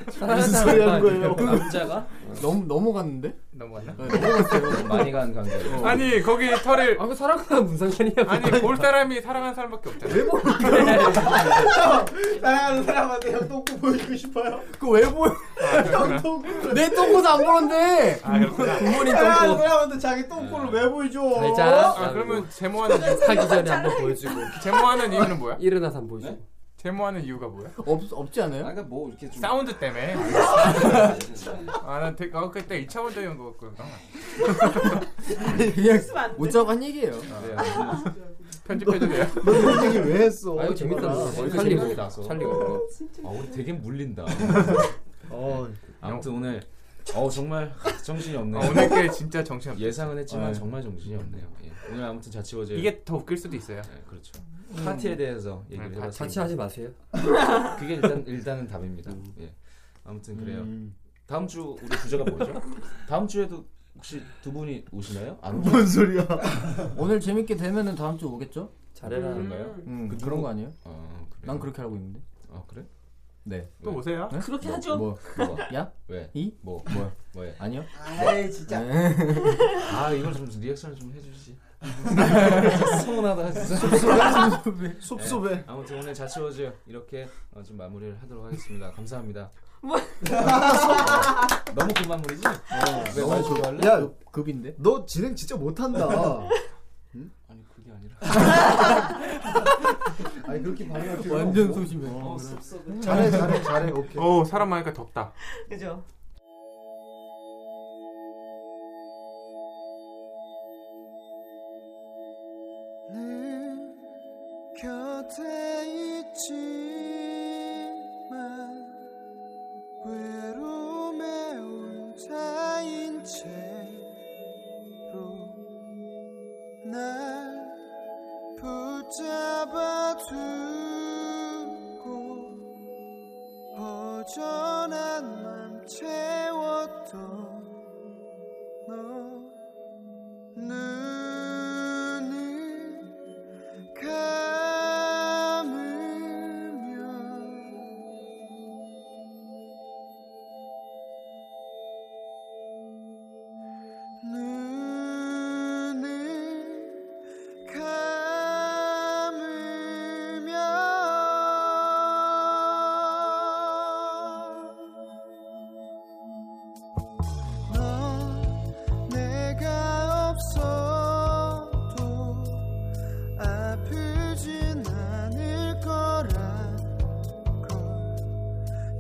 Speaker 5: 무슨
Speaker 4: 사람
Speaker 5: 소리 하는 거예요?
Speaker 2: 남자가
Speaker 4: 너무 넘어갔는데?
Speaker 6: 넘어갔나?
Speaker 4: 네, 넘어갔어요.
Speaker 2: 많이 간 관계.
Speaker 4: 어.
Speaker 2: 어.
Speaker 6: 아니 거기 털을
Speaker 1: 아, 그 사랑하는 무슨 상관이야?
Speaker 6: 아니 볼 사람이 사랑하는 사람밖에 없잖아. 요
Speaker 3: 아, 사랑하는 사람한테 형 똥꼬 보여주고 싶어요.
Speaker 4: 그왜 보여?
Speaker 6: 아, 그렇구나.
Speaker 4: 내 똥꼬도 안 보는데.
Speaker 6: 아, 그렇구나.
Speaker 4: 부모님
Speaker 3: 사랑하는
Speaker 4: 똥꼬.
Speaker 3: 사람한테 자기 똥꼬를
Speaker 4: 네.
Speaker 3: 왜 보여줘?
Speaker 4: 어?
Speaker 1: 잘자.
Speaker 6: 아 그러면 제모하는
Speaker 1: 하기 전에 한번 보여주고
Speaker 6: 제모하는 이유는 뭐야?
Speaker 1: 일어나서 한번
Speaker 4: 네?
Speaker 1: 보여주고.
Speaker 6: 제모하는 이유가 뭐야?
Speaker 4: 없 없지 않아요?
Speaker 2: 아까 뭐 이렇게 좀
Speaker 6: 사운드 때문에. 아나 되게 어, 그때 1차원적인 거였거든.
Speaker 4: 그냥
Speaker 7: 웃으면 안 돼.
Speaker 5: 뭐
Speaker 4: 웃자고 한 얘기예요.
Speaker 6: 네. 편집해도 돼요?
Speaker 5: 넌그 얘기 왜 했어?
Speaker 1: 아유 재밌다.
Speaker 2: 살리고
Speaker 1: 살리고
Speaker 2: 나서.
Speaker 1: 살리고.
Speaker 2: 아 우리 되게 물린다.
Speaker 4: 네,
Speaker 5: 어,
Speaker 2: 아무튼 오늘 어 정말 정신이
Speaker 6: 아,
Speaker 2: 없네요.
Speaker 6: 오늘 게 진짜 정신없어.
Speaker 2: 예상은 했지만
Speaker 6: 네.
Speaker 2: 정말 정신이 없네요. 예. 오늘 아무튼 자취워제
Speaker 6: 이게 더 웃길 수도 있어요.
Speaker 2: 네, 그렇죠. 파티에 대해서 얘기를
Speaker 6: 네,
Speaker 2: 해봤습니다.
Speaker 1: 자취하지 마세요.
Speaker 2: 그게 일단 일단은 답입니다. 예. 아무튼 그래요.
Speaker 5: 음.
Speaker 2: 다음 주 우리 주제가 뭐죠? 다음 주에도 혹시 두 분이 오시나요? 안 오죠?
Speaker 5: 뭔 소리야?
Speaker 4: 오늘 재밌게 되면은 다음 주 오겠죠?
Speaker 2: 잘해라
Speaker 7: 음.
Speaker 2: 건가요?
Speaker 4: 음, 그, 그런 거 아니에요?
Speaker 2: 어, 그래요.
Speaker 4: 난 그렇게 알고 있는데.
Speaker 2: 아 그래?
Speaker 4: 네.
Speaker 6: 또 오세요.
Speaker 7: 그렇게 하죠.
Speaker 4: 뭐?
Speaker 2: 뭐?
Speaker 4: 야?
Speaker 2: 왜?
Speaker 4: 이?
Speaker 2: 뭐?
Speaker 4: 뭐야?
Speaker 2: 왜?
Speaker 4: 아니요.
Speaker 3: 아이 진짜.
Speaker 2: 아 이걸 좀 리액션을 좀 해주지. 서운하다 진짜.
Speaker 5: 섭섭해.
Speaker 2: 아무튼 오늘 자취워즈 이렇게 어, 좀 마무리를 하도록 하겠습니다. 감사합니다. 어,
Speaker 7: 뭐?
Speaker 2: 너무 군만물이지? 어, 왜
Speaker 5: 너무
Speaker 2: 말 좋아할래?
Speaker 5: 야,
Speaker 4: 네. 급인데?
Speaker 5: 너 진행 진짜 못한다.
Speaker 2: 아니 그게 아니라.
Speaker 5: 아니 그렇게 반응할 필요
Speaker 4: 완전 소심해. 어,
Speaker 5: 잘해, 잘해, 잘해. 오케이.
Speaker 6: 오 사람 많으니까 덥다.
Speaker 7: 그죠?
Speaker 8: 곁에 있지만 외로움에 혼자인 채로 날 붙잡아두고 허전한 맘 채웠던 너 눈을 감으면 눈을 감으면 너 내가 없어도 아프진 않을 거라고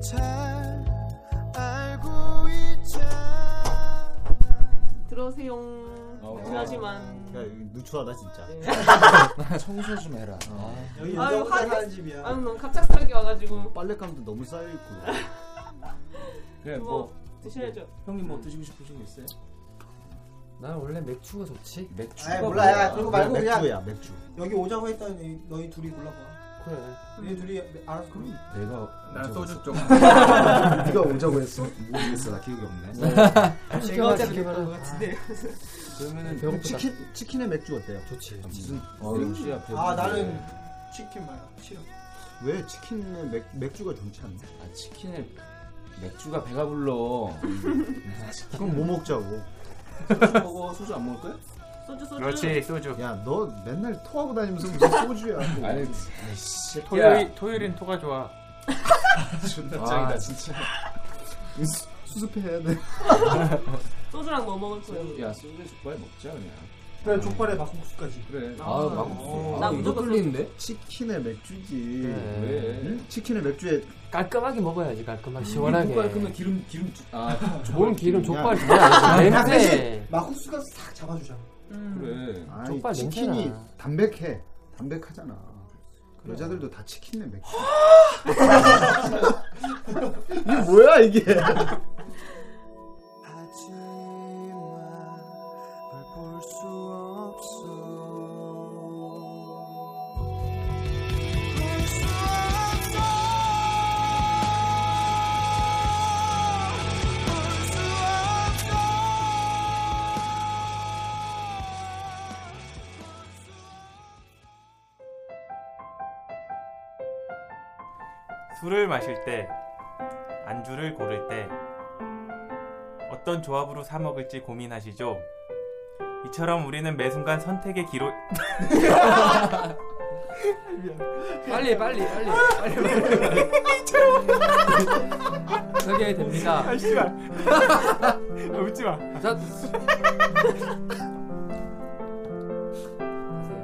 Speaker 8: 잘 알고 있잖아
Speaker 7: 들어오세요.
Speaker 2: 어,
Speaker 7: 하지만
Speaker 5: 야, 이거 누추하다 진짜.
Speaker 2: 청소 좀 해라. 아,
Speaker 3: 여기
Speaker 7: 아유,
Speaker 3: 여자분
Speaker 7: 화-
Speaker 3: 사는 집이야.
Speaker 7: 아 너무 갑작스럽게 와가지고
Speaker 5: 빨랫감도 너무 쌓여 있고.
Speaker 2: 그래
Speaker 7: 뭐
Speaker 2: 뭐
Speaker 7: 드셔야죠.
Speaker 2: 형님 뭐 드시고 싶으신 거 있어요?
Speaker 1: 난 원래 맥주가 좋지.
Speaker 2: 맥주가
Speaker 3: 아이 몰라. 야,
Speaker 2: 뭐야?
Speaker 3: 그리고 말고 그냥
Speaker 5: 맥주야, 맥주.
Speaker 3: 여기 오자고 했더니 너희 둘이 골라봐.
Speaker 1: 그래.
Speaker 3: 너희 둘이 알아서 그럼.
Speaker 2: 뭐 내가
Speaker 6: 난 소주 좀.
Speaker 5: 네가 오자고 했어.
Speaker 2: 모르겠어 나 기억이 없네.
Speaker 7: 제가 잘될 아, 것 같은데.
Speaker 2: 그러면은
Speaker 5: 그럼 치킨 치킨에 맥주 어때요? 아, 어.
Speaker 1: 좋지.
Speaker 5: 음.
Speaker 2: 무슨 맥주야?
Speaker 3: 아
Speaker 2: 어, 배부른데.
Speaker 3: 나는 치킨 말이야. 싫어.
Speaker 5: 왜 치킨에 맥, 맥주가 좋지 않나?
Speaker 2: 아 치킨에 맥주가 배가 불러. 아,
Speaker 5: 그럼 뭐 먹자고?
Speaker 2: 소주 먹어 소주 안 먹을 거야?
Speaker 7: 소주 소주.
Speaker 6: 그렇지 소주.
Speaker 5: 야, 너 맨날 토하고 다니면서 무슨 소주야? 뭐.
Speaker 2: 아니 아이씨
Speaker 6: 토요일 토요일인 토가 좋아.
Speaker 2: 존나
Speaker 1: 아.
Speaker 2: 짱이다 진짜.
Speaker 5: 수- 수습해야 돼.
Speaker 7: 소주랑 뭐 먹을 거예요?
Speaker 2: 야 소주 족발 먹자 그냥.
Speaker 3: 그래 족발에 막국수까지.
Speaker 5: 그래.
Speaker 4: 아,
Speaker 5: 어.
Speaker 4: 막국수.
Speaker 7: 나
Speaker 4: 아, 이거
Speaker 7: 무조건
Speaker 4: 뚫리는데?
Speaker 5: 치킨에 맥주지.
Speaker 1: 네.
Speaker 5: 응? 치킨에 맥주에
Speaker 1: 깔끔하게 먹어야지
Speaker 4: 음,
Speaker 1: 깔끔하게 시원하게
Speaker 2: 족발 끄면 기름 기름 쭉- 아
Speaker 1: 뭔 기름
Speaker 5: 그냥-
Speaker 1: 족발 진짜
Speaker 3: 아,
Speaker 1: 냄새
Speaker 3: 대신 막국수가 싹 잡아주잖아.
Speaker 7: 음.
Speaker 2: 그래.
Speaker 5: 아
Speaker 1: 족발
Speaker 5: 치킨이
Speaker 1: 냄새나.
Speaker 5: 담백해. 담백하잖아. 여자들도 다 치킨에 맥주. 이게 뭐야 이게?
Speaker 8: 하지만 널볼수 없어 볼 수 없어 볼 수 없어
Speaker 6: 술을 마실 때 안주를 고를 때 어떤 조합으로 사 먹을지 고민하시죠. 이처럼 우리는 매 순간 선택의 기로
Speaker 1: 빨리 빨리 빨리 빨리 빨리 저게 됩니다
Speaker 6: 아 씨발 아, 웃지 마.
Speaker 1: 자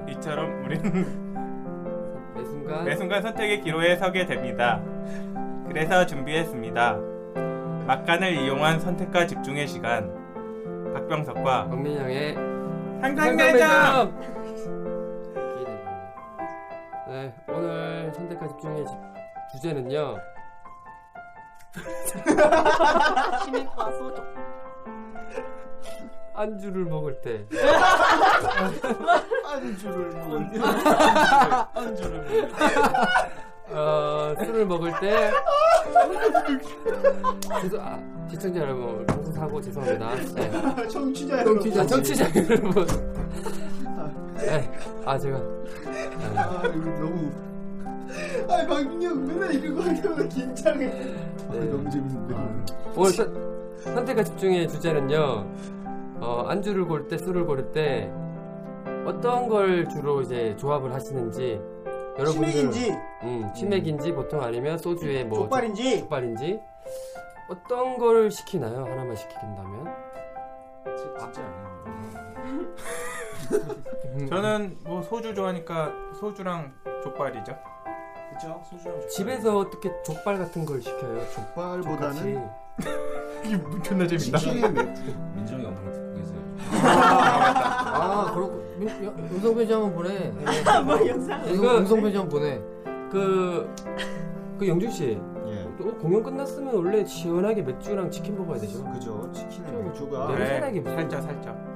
Speaker 6: 이처럼 우리는
Speaker 1: 매 순간
Speaker 6: 매 순간 선택의 기로에 서게 됩니다. 그래서 준비했습니다. 막간을 이용한 선택과 집중의 시간. 박병석과
Speaker 1: 박민이 형의
Speaker 6: 상상대장.
Speaker 1: 기대됩니다. 네 오늘 선택과 집중의 지- 주제는요
Speaker 7: 시멘트와 소주.
Speaker 1: 안주를 먹을 때
Speaker 5: 안주를 먹을 때.
Speaker 1: 어, 술을 먹을 때 죄송, 아, 시청자 여러분 방송 사고 죄송합니다 네.
Speaker 5: 아,
Speaker 3: 청취자 여러분.
Speaker 1: 정치자 정치자 여러분 네. 아 제가 아,
Speaker 5: 아 이거 너무
Speaker 3: 아 방금 맨날 이런 거 하려면 긴장해.
Speaker 5: 아,
Speaker 1: 네.
Speaker 5: 너무 재밌는데.
Speaker 1: 오늘 선, 선택과 집중의 주제는요. 어, 안주를 고를 때, 술을 고를 때 어떤 걸 주로 이제 조합을 하시는지 여러분들
Speaker 3: 치맥인지
Speaker 1: 음, 치맥인지 보통 아니면 소주에 뭐
Speaker 3: 족발인지
Speaker 1: 족발인지 어떤 걸 시키나요? 하나만 시킨다면?
Speaker 2: 진짜 아니에요.
Speaker 1: 음,
Speaker 6: 저는 뭐 소주 좋아하니까 소주랑 족발이죠.
Speaker 2: 그쵸? 소주랑 족발.
Speaker 1: 집에서 어떻게 족발 같은 걸 시켜요?
Speaker 5: 족발보다는
Speaker 1: 족같이
Speaker 6: 존나 재밌다.
Speaker 5: 치킨에 맥주.
Speaker 2: 민정이 어머니 듣고 계세요.
Speaker 4: 아, 그렇고. 민- 여- 음성 편지 한번 보내. 네.
Speaker 7: 뭐 영상.
Speaker 4: 음성,
Speaker 1: 이거-
Speaker 4: 음성 편지 한번 보내.
Speaker 1: 그, 그 영준 씨
Speaker 5: 예.
Speaker 1: 또 공연 끝났으면 원래 시원하게 맥주랑 치킨 먹어야 되죠?
Speaker 5: 그죠. 치킨에
Speaker 1: 좀-
Speaker 5: 맥주가.
Speaker 1: 네. 편하게 먹어.
Speaker 6: 살짝 살짝.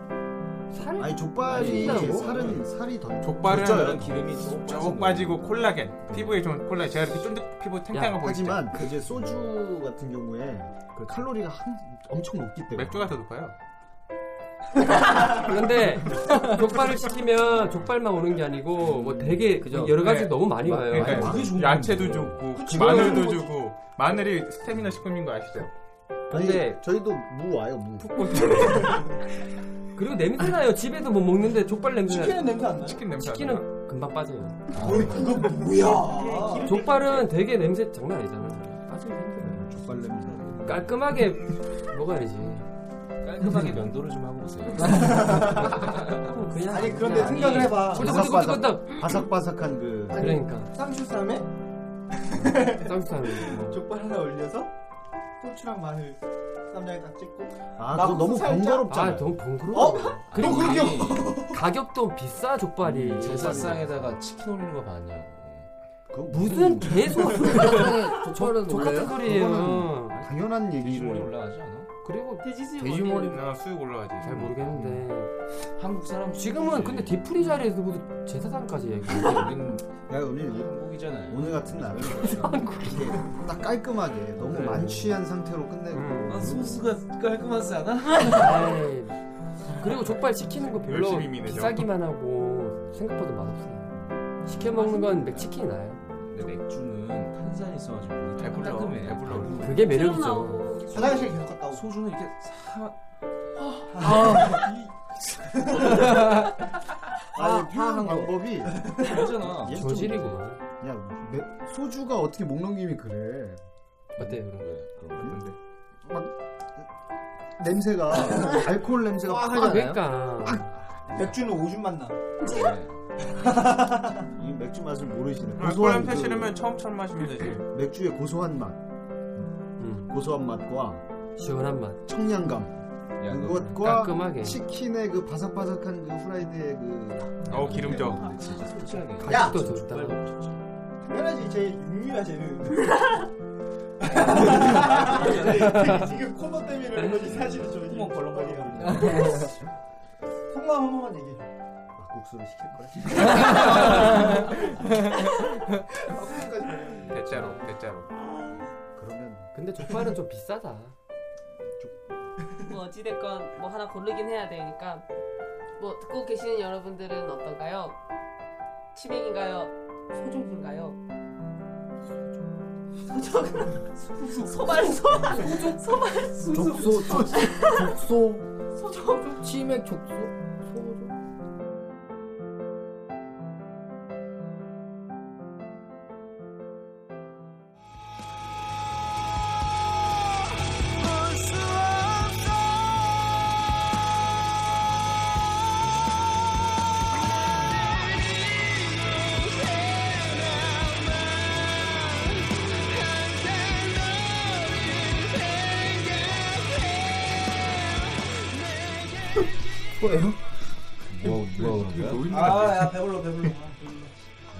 Speaker 1: 살?
Speaker 5: 아니 족발이
Speaker 1: 아니, 뭐? 있다고?
Speaker 5: 살은 살이 더
Speaker 6: 족발은
Speaker 5: 쪄요.
Speaker 2: 기름이
Speaker 6: 조금 빠지고 콜라겐. 피부에 좋은 콜라겐. 제가 이렇게 쫀득 피부 탱탱한 거 보이죠.
Speaker 5: 하지만 그 이제 소주 같은 경우에 그 칼로리가 한, 엄청 높기 때문에
Speaker 6: 맥주가 더 높아요.
Speaker 1: 그런데 족발을 시키면 족발만 오는 게 아니고 뭐 되게
Speaker 4: 그죠.
Speaker 1: 여러 가지
Speaker 6: 네.
Speaker 1: 너무 많이 와요.
Speaker 6: 그러니까
Speaker 5: 많이 좋은
Speaker 6: 야채도
Speaker 5: 건데.
Speaker 6: 좋고
Speaker 3: 그치,
Speaker 6: 마늘도
Speaker 3: 그거
Speaker 6: 주고 마늘이 스태미나 식품인 거 아시죠?
Speaker 5: 아니,
Speaker 1: 근데-
Speaker 5: 저희도 무 와요 무
Speaker 1: 그리고 냄새 나요. 집에도 못 먹는데 족발 냄새. 나요.
Speaker 3: 치킨은 냄새 안 나요?
Speaker 6: 치킨 냄새.
Speaker 1: 치킨은 금방 빠져요.
Speaker 3: 뭐야?
Speaker 1: 족발은 되게 냄새 장난 아니잖아요. 빠지기 힘들어요.
Speaker 5: 족발 냄새
Speaker 1: 깔끔하게 먹어야지.
Speaker 2: 깔끔하게 면도를 좀 하고 오세요.
Speaker 1: 그냥 그냥
Speaker 3: 아니 그런데 생각을 해봐.
Speaker 1: 꼬득꼬득꼬득.
Speaker 5: 바삭바삭한 그
Speaker 3: 아니,
Speaker 1: 그러니까
Speaker 3: 쌍추쌈에
Speaker 1: 쌈싸는 뭐.
Speaker 3: 족발 하나 올려서 고추랑 마늘 쌈장에 딱 찍고
Speaker 5: 아 그거 너무
Speaker 3: 막국수
Speaker 5: 번거롭잖아
Speaker 1: 아
Speaker 5: 요
Speaker 1: 너무 번거로워. 그리고
Speaker 3: 또 그렇게
Speaker 1: 가격- 가격도 비싸 족발이.
Speaker 2: 제사상에다가 치킨 올리는 거 봤냐고. 예.
Speaker 1: 무슨 개소
Speaker 4: 족발은
Speaker 1: 똑같은
Speaker 4: 원래
Speaker 1: 소리예요.
Speaker 5: 당연한
Speaker 2: 비주얼이
Speaker 5: 얘기를
Speaker 2: 올라가지 않아?
Speaker 1: 그리고
Speaker 7: 돼지 수육.
Speaker 4: 돼지머리
Speaker 6: 아, 수육 올라가지.
Speaker 1: 잘 모르겠는데.
Speaker 2: 한국 사람
Speaker 1: 지금은 근데 디프리 자리에서부터 제사상까지 얘기해.
Speaker 2: 우리는
Speaker 5: 야 우리
Speaker 2: 한국이잖아요.
Speaker 5: 오늘 같은 날은 이게 딱 깔끔하게 너무
Speaker 1: 그래.
Speaker 5: 만취한 상태로 끝내고
Speaker 1: 음.
Speaker 2: 아, 소스가 깔끔하지 않아?
Speaker 1: 에이. 네. 그리고 족발 시키는 거 별로
Speaker 6: 열심히 미네죠.
Speaker 1: 비싸기만 하고 생각보다 맛없어요. 시켜 먹는 건 맥치킨이 나요.
Speaker 2: 근데 맥주는 탄산이 있어가지고 우리
Speaker 6: 배불러,
Speaker 2: 따끔해. 아,
Speaker 6: 배불러.
Speaker 1: 그게 매력이죠.
Speaker 7: 튀어나오고.
Speaker 3: 화장실 계속 갔다 오고
Speaker 2: 소주는 이렇게 사
Speaker 5: 아예 표현
Speaker 1: 뭐.
Speaker 5: 방법이
Speaker 2: 그러잖아.
Speaker 5: 얘 좀-
Speaker 1: 저질이구만.
Speaker 5: 야 매- 소주가 어떻게 목 넘김이 그래
Speaker 1: 어때요 그럼?
Speaker 5: 냄새가 알코올 냄새가
Speaker 1: 아, 네. 그러니까 맥주는 오줌 만나.
Speaker 5: 이 맥주 맛을 모르시네.
Speaker 1: 아,
Speaker 6: 알코올은
Speaker 5: 그
Speaker 6: 패시려면 처음처럼 마시면 되지.
Speaker 5: 맥주의 고소한 맛,
Speaker 9: 음,
Speaker 5: 고소한 맛과
Speaker 9: 시원한 맛.
Speaker 5: 청량감 그것과
Speaker 9: 깔끔하게.
Speaker 5: 치킨의 그 바삭바삭한 그 후라이드의 그
Speaker 6: 어우 기름져.
Speaker 2: 진짜 솔직하게.
Speaker 9: 가죽도 좋다.
Speaker 1: 당연하지 제 육류야 쟤는. 지금 코너 때문에 그런 거지 사실은 좀.
Speaker 7: 콧구멍 벌렁벌렁거리네.
Speaker 1: 속마음 한 번만 얘기해.
Speaker 5: 아, 막국수를 시킬 거야.
Speaker 6: 대짜로 대짜로.
Speaker 5: 그러면
Speaker 9: 근데 족발은 좀 비싸다.
Speaker 7: 뭐 어찌됐건 뭐 하나 고르긴 해야 되니까 뭐 듣고 계시는 여러분들은 어떤가요? 치맥인가요? 소중인가요? 소중 소발 소발 소발 소중
Speaker 10: 족소 족- 족소
Speaker 7: 소중
Speaker 10: 치맥 족소 소조 뭐예요?
Speaker 2: 뭐, 뭐,
Speaker 5: 그러니까
Speaker 2: 뭐야?
Speaker 1: 아야 배불러 배불러. 아,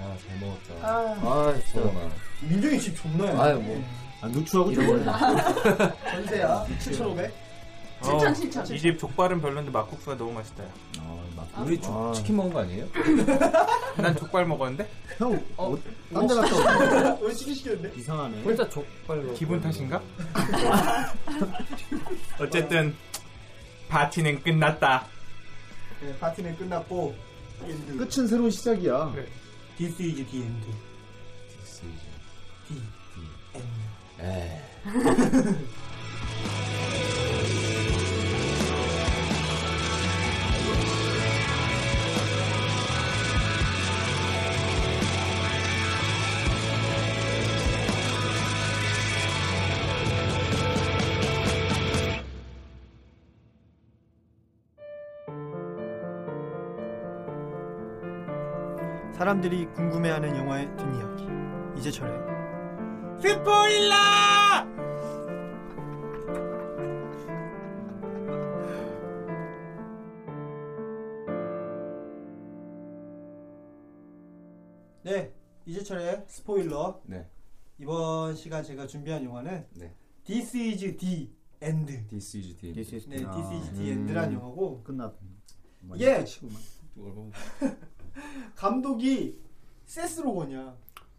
Speaker 1: 배불러.
Speaker 2: 아, 잘 먹었다.
Speaker 1: 아
Speaker 10: 아 진짜
Speaker 2: 잠깐만.
Speaker 1: 민정이 집 존나요.
Speaker 10: 아유 뭐
Speaker 5: 아, 누추하고 좋네.
Speaker 1: 전세야 7,500.
Speaker 7: 칭찬, 칭찬, 칭찬.
Speaker 6: 이집 족발은 별론데 막국수가 너무 맛있다. 야.
Speaker 2: 아, 막- 우리 주-
Speaker 5: 아.
Speaker 2: 치킨 먹은 거 아니에요?
Speaker 6: 난 족발 먹었는데
Speaker 5: 형, 어, 딴데 갔다 왔어.
Speaker 1: 우리 치킨 시켰는데.
Speaker 5: 이상하네.
Speaker 9: 혼자 족발로.
Speaker 6: 기분 탓인가? 어쨌든 파티는 끝났다.
Speaker 1: 네, 파티는 끝났고. 엔드.
Speaker 5: 끝은 새로운 시작이야.
Speaker 6: 그래.
Speaker 1: This is the end. 사람들이 궁금해하는 영화의 뒷이야기 이제철의 스포일러! 네, 이제철의 스포일러
Speaker 2: 네.
Speaker 1: 이번 시간 제가 준비한 영화는
Speaker 2: 네.
Speaker 1: This is the End
Speaker 2: This is the
Speaker 10: This is
Speaker 1: 네,
Speaker 10: the-
Speaker 1: This is the End라는 영화고
Speaker 5: 끝났.
Speaker 1: 예!
Speaker 5: 치고만.
Speaker 1: 감독이 세스 로건이야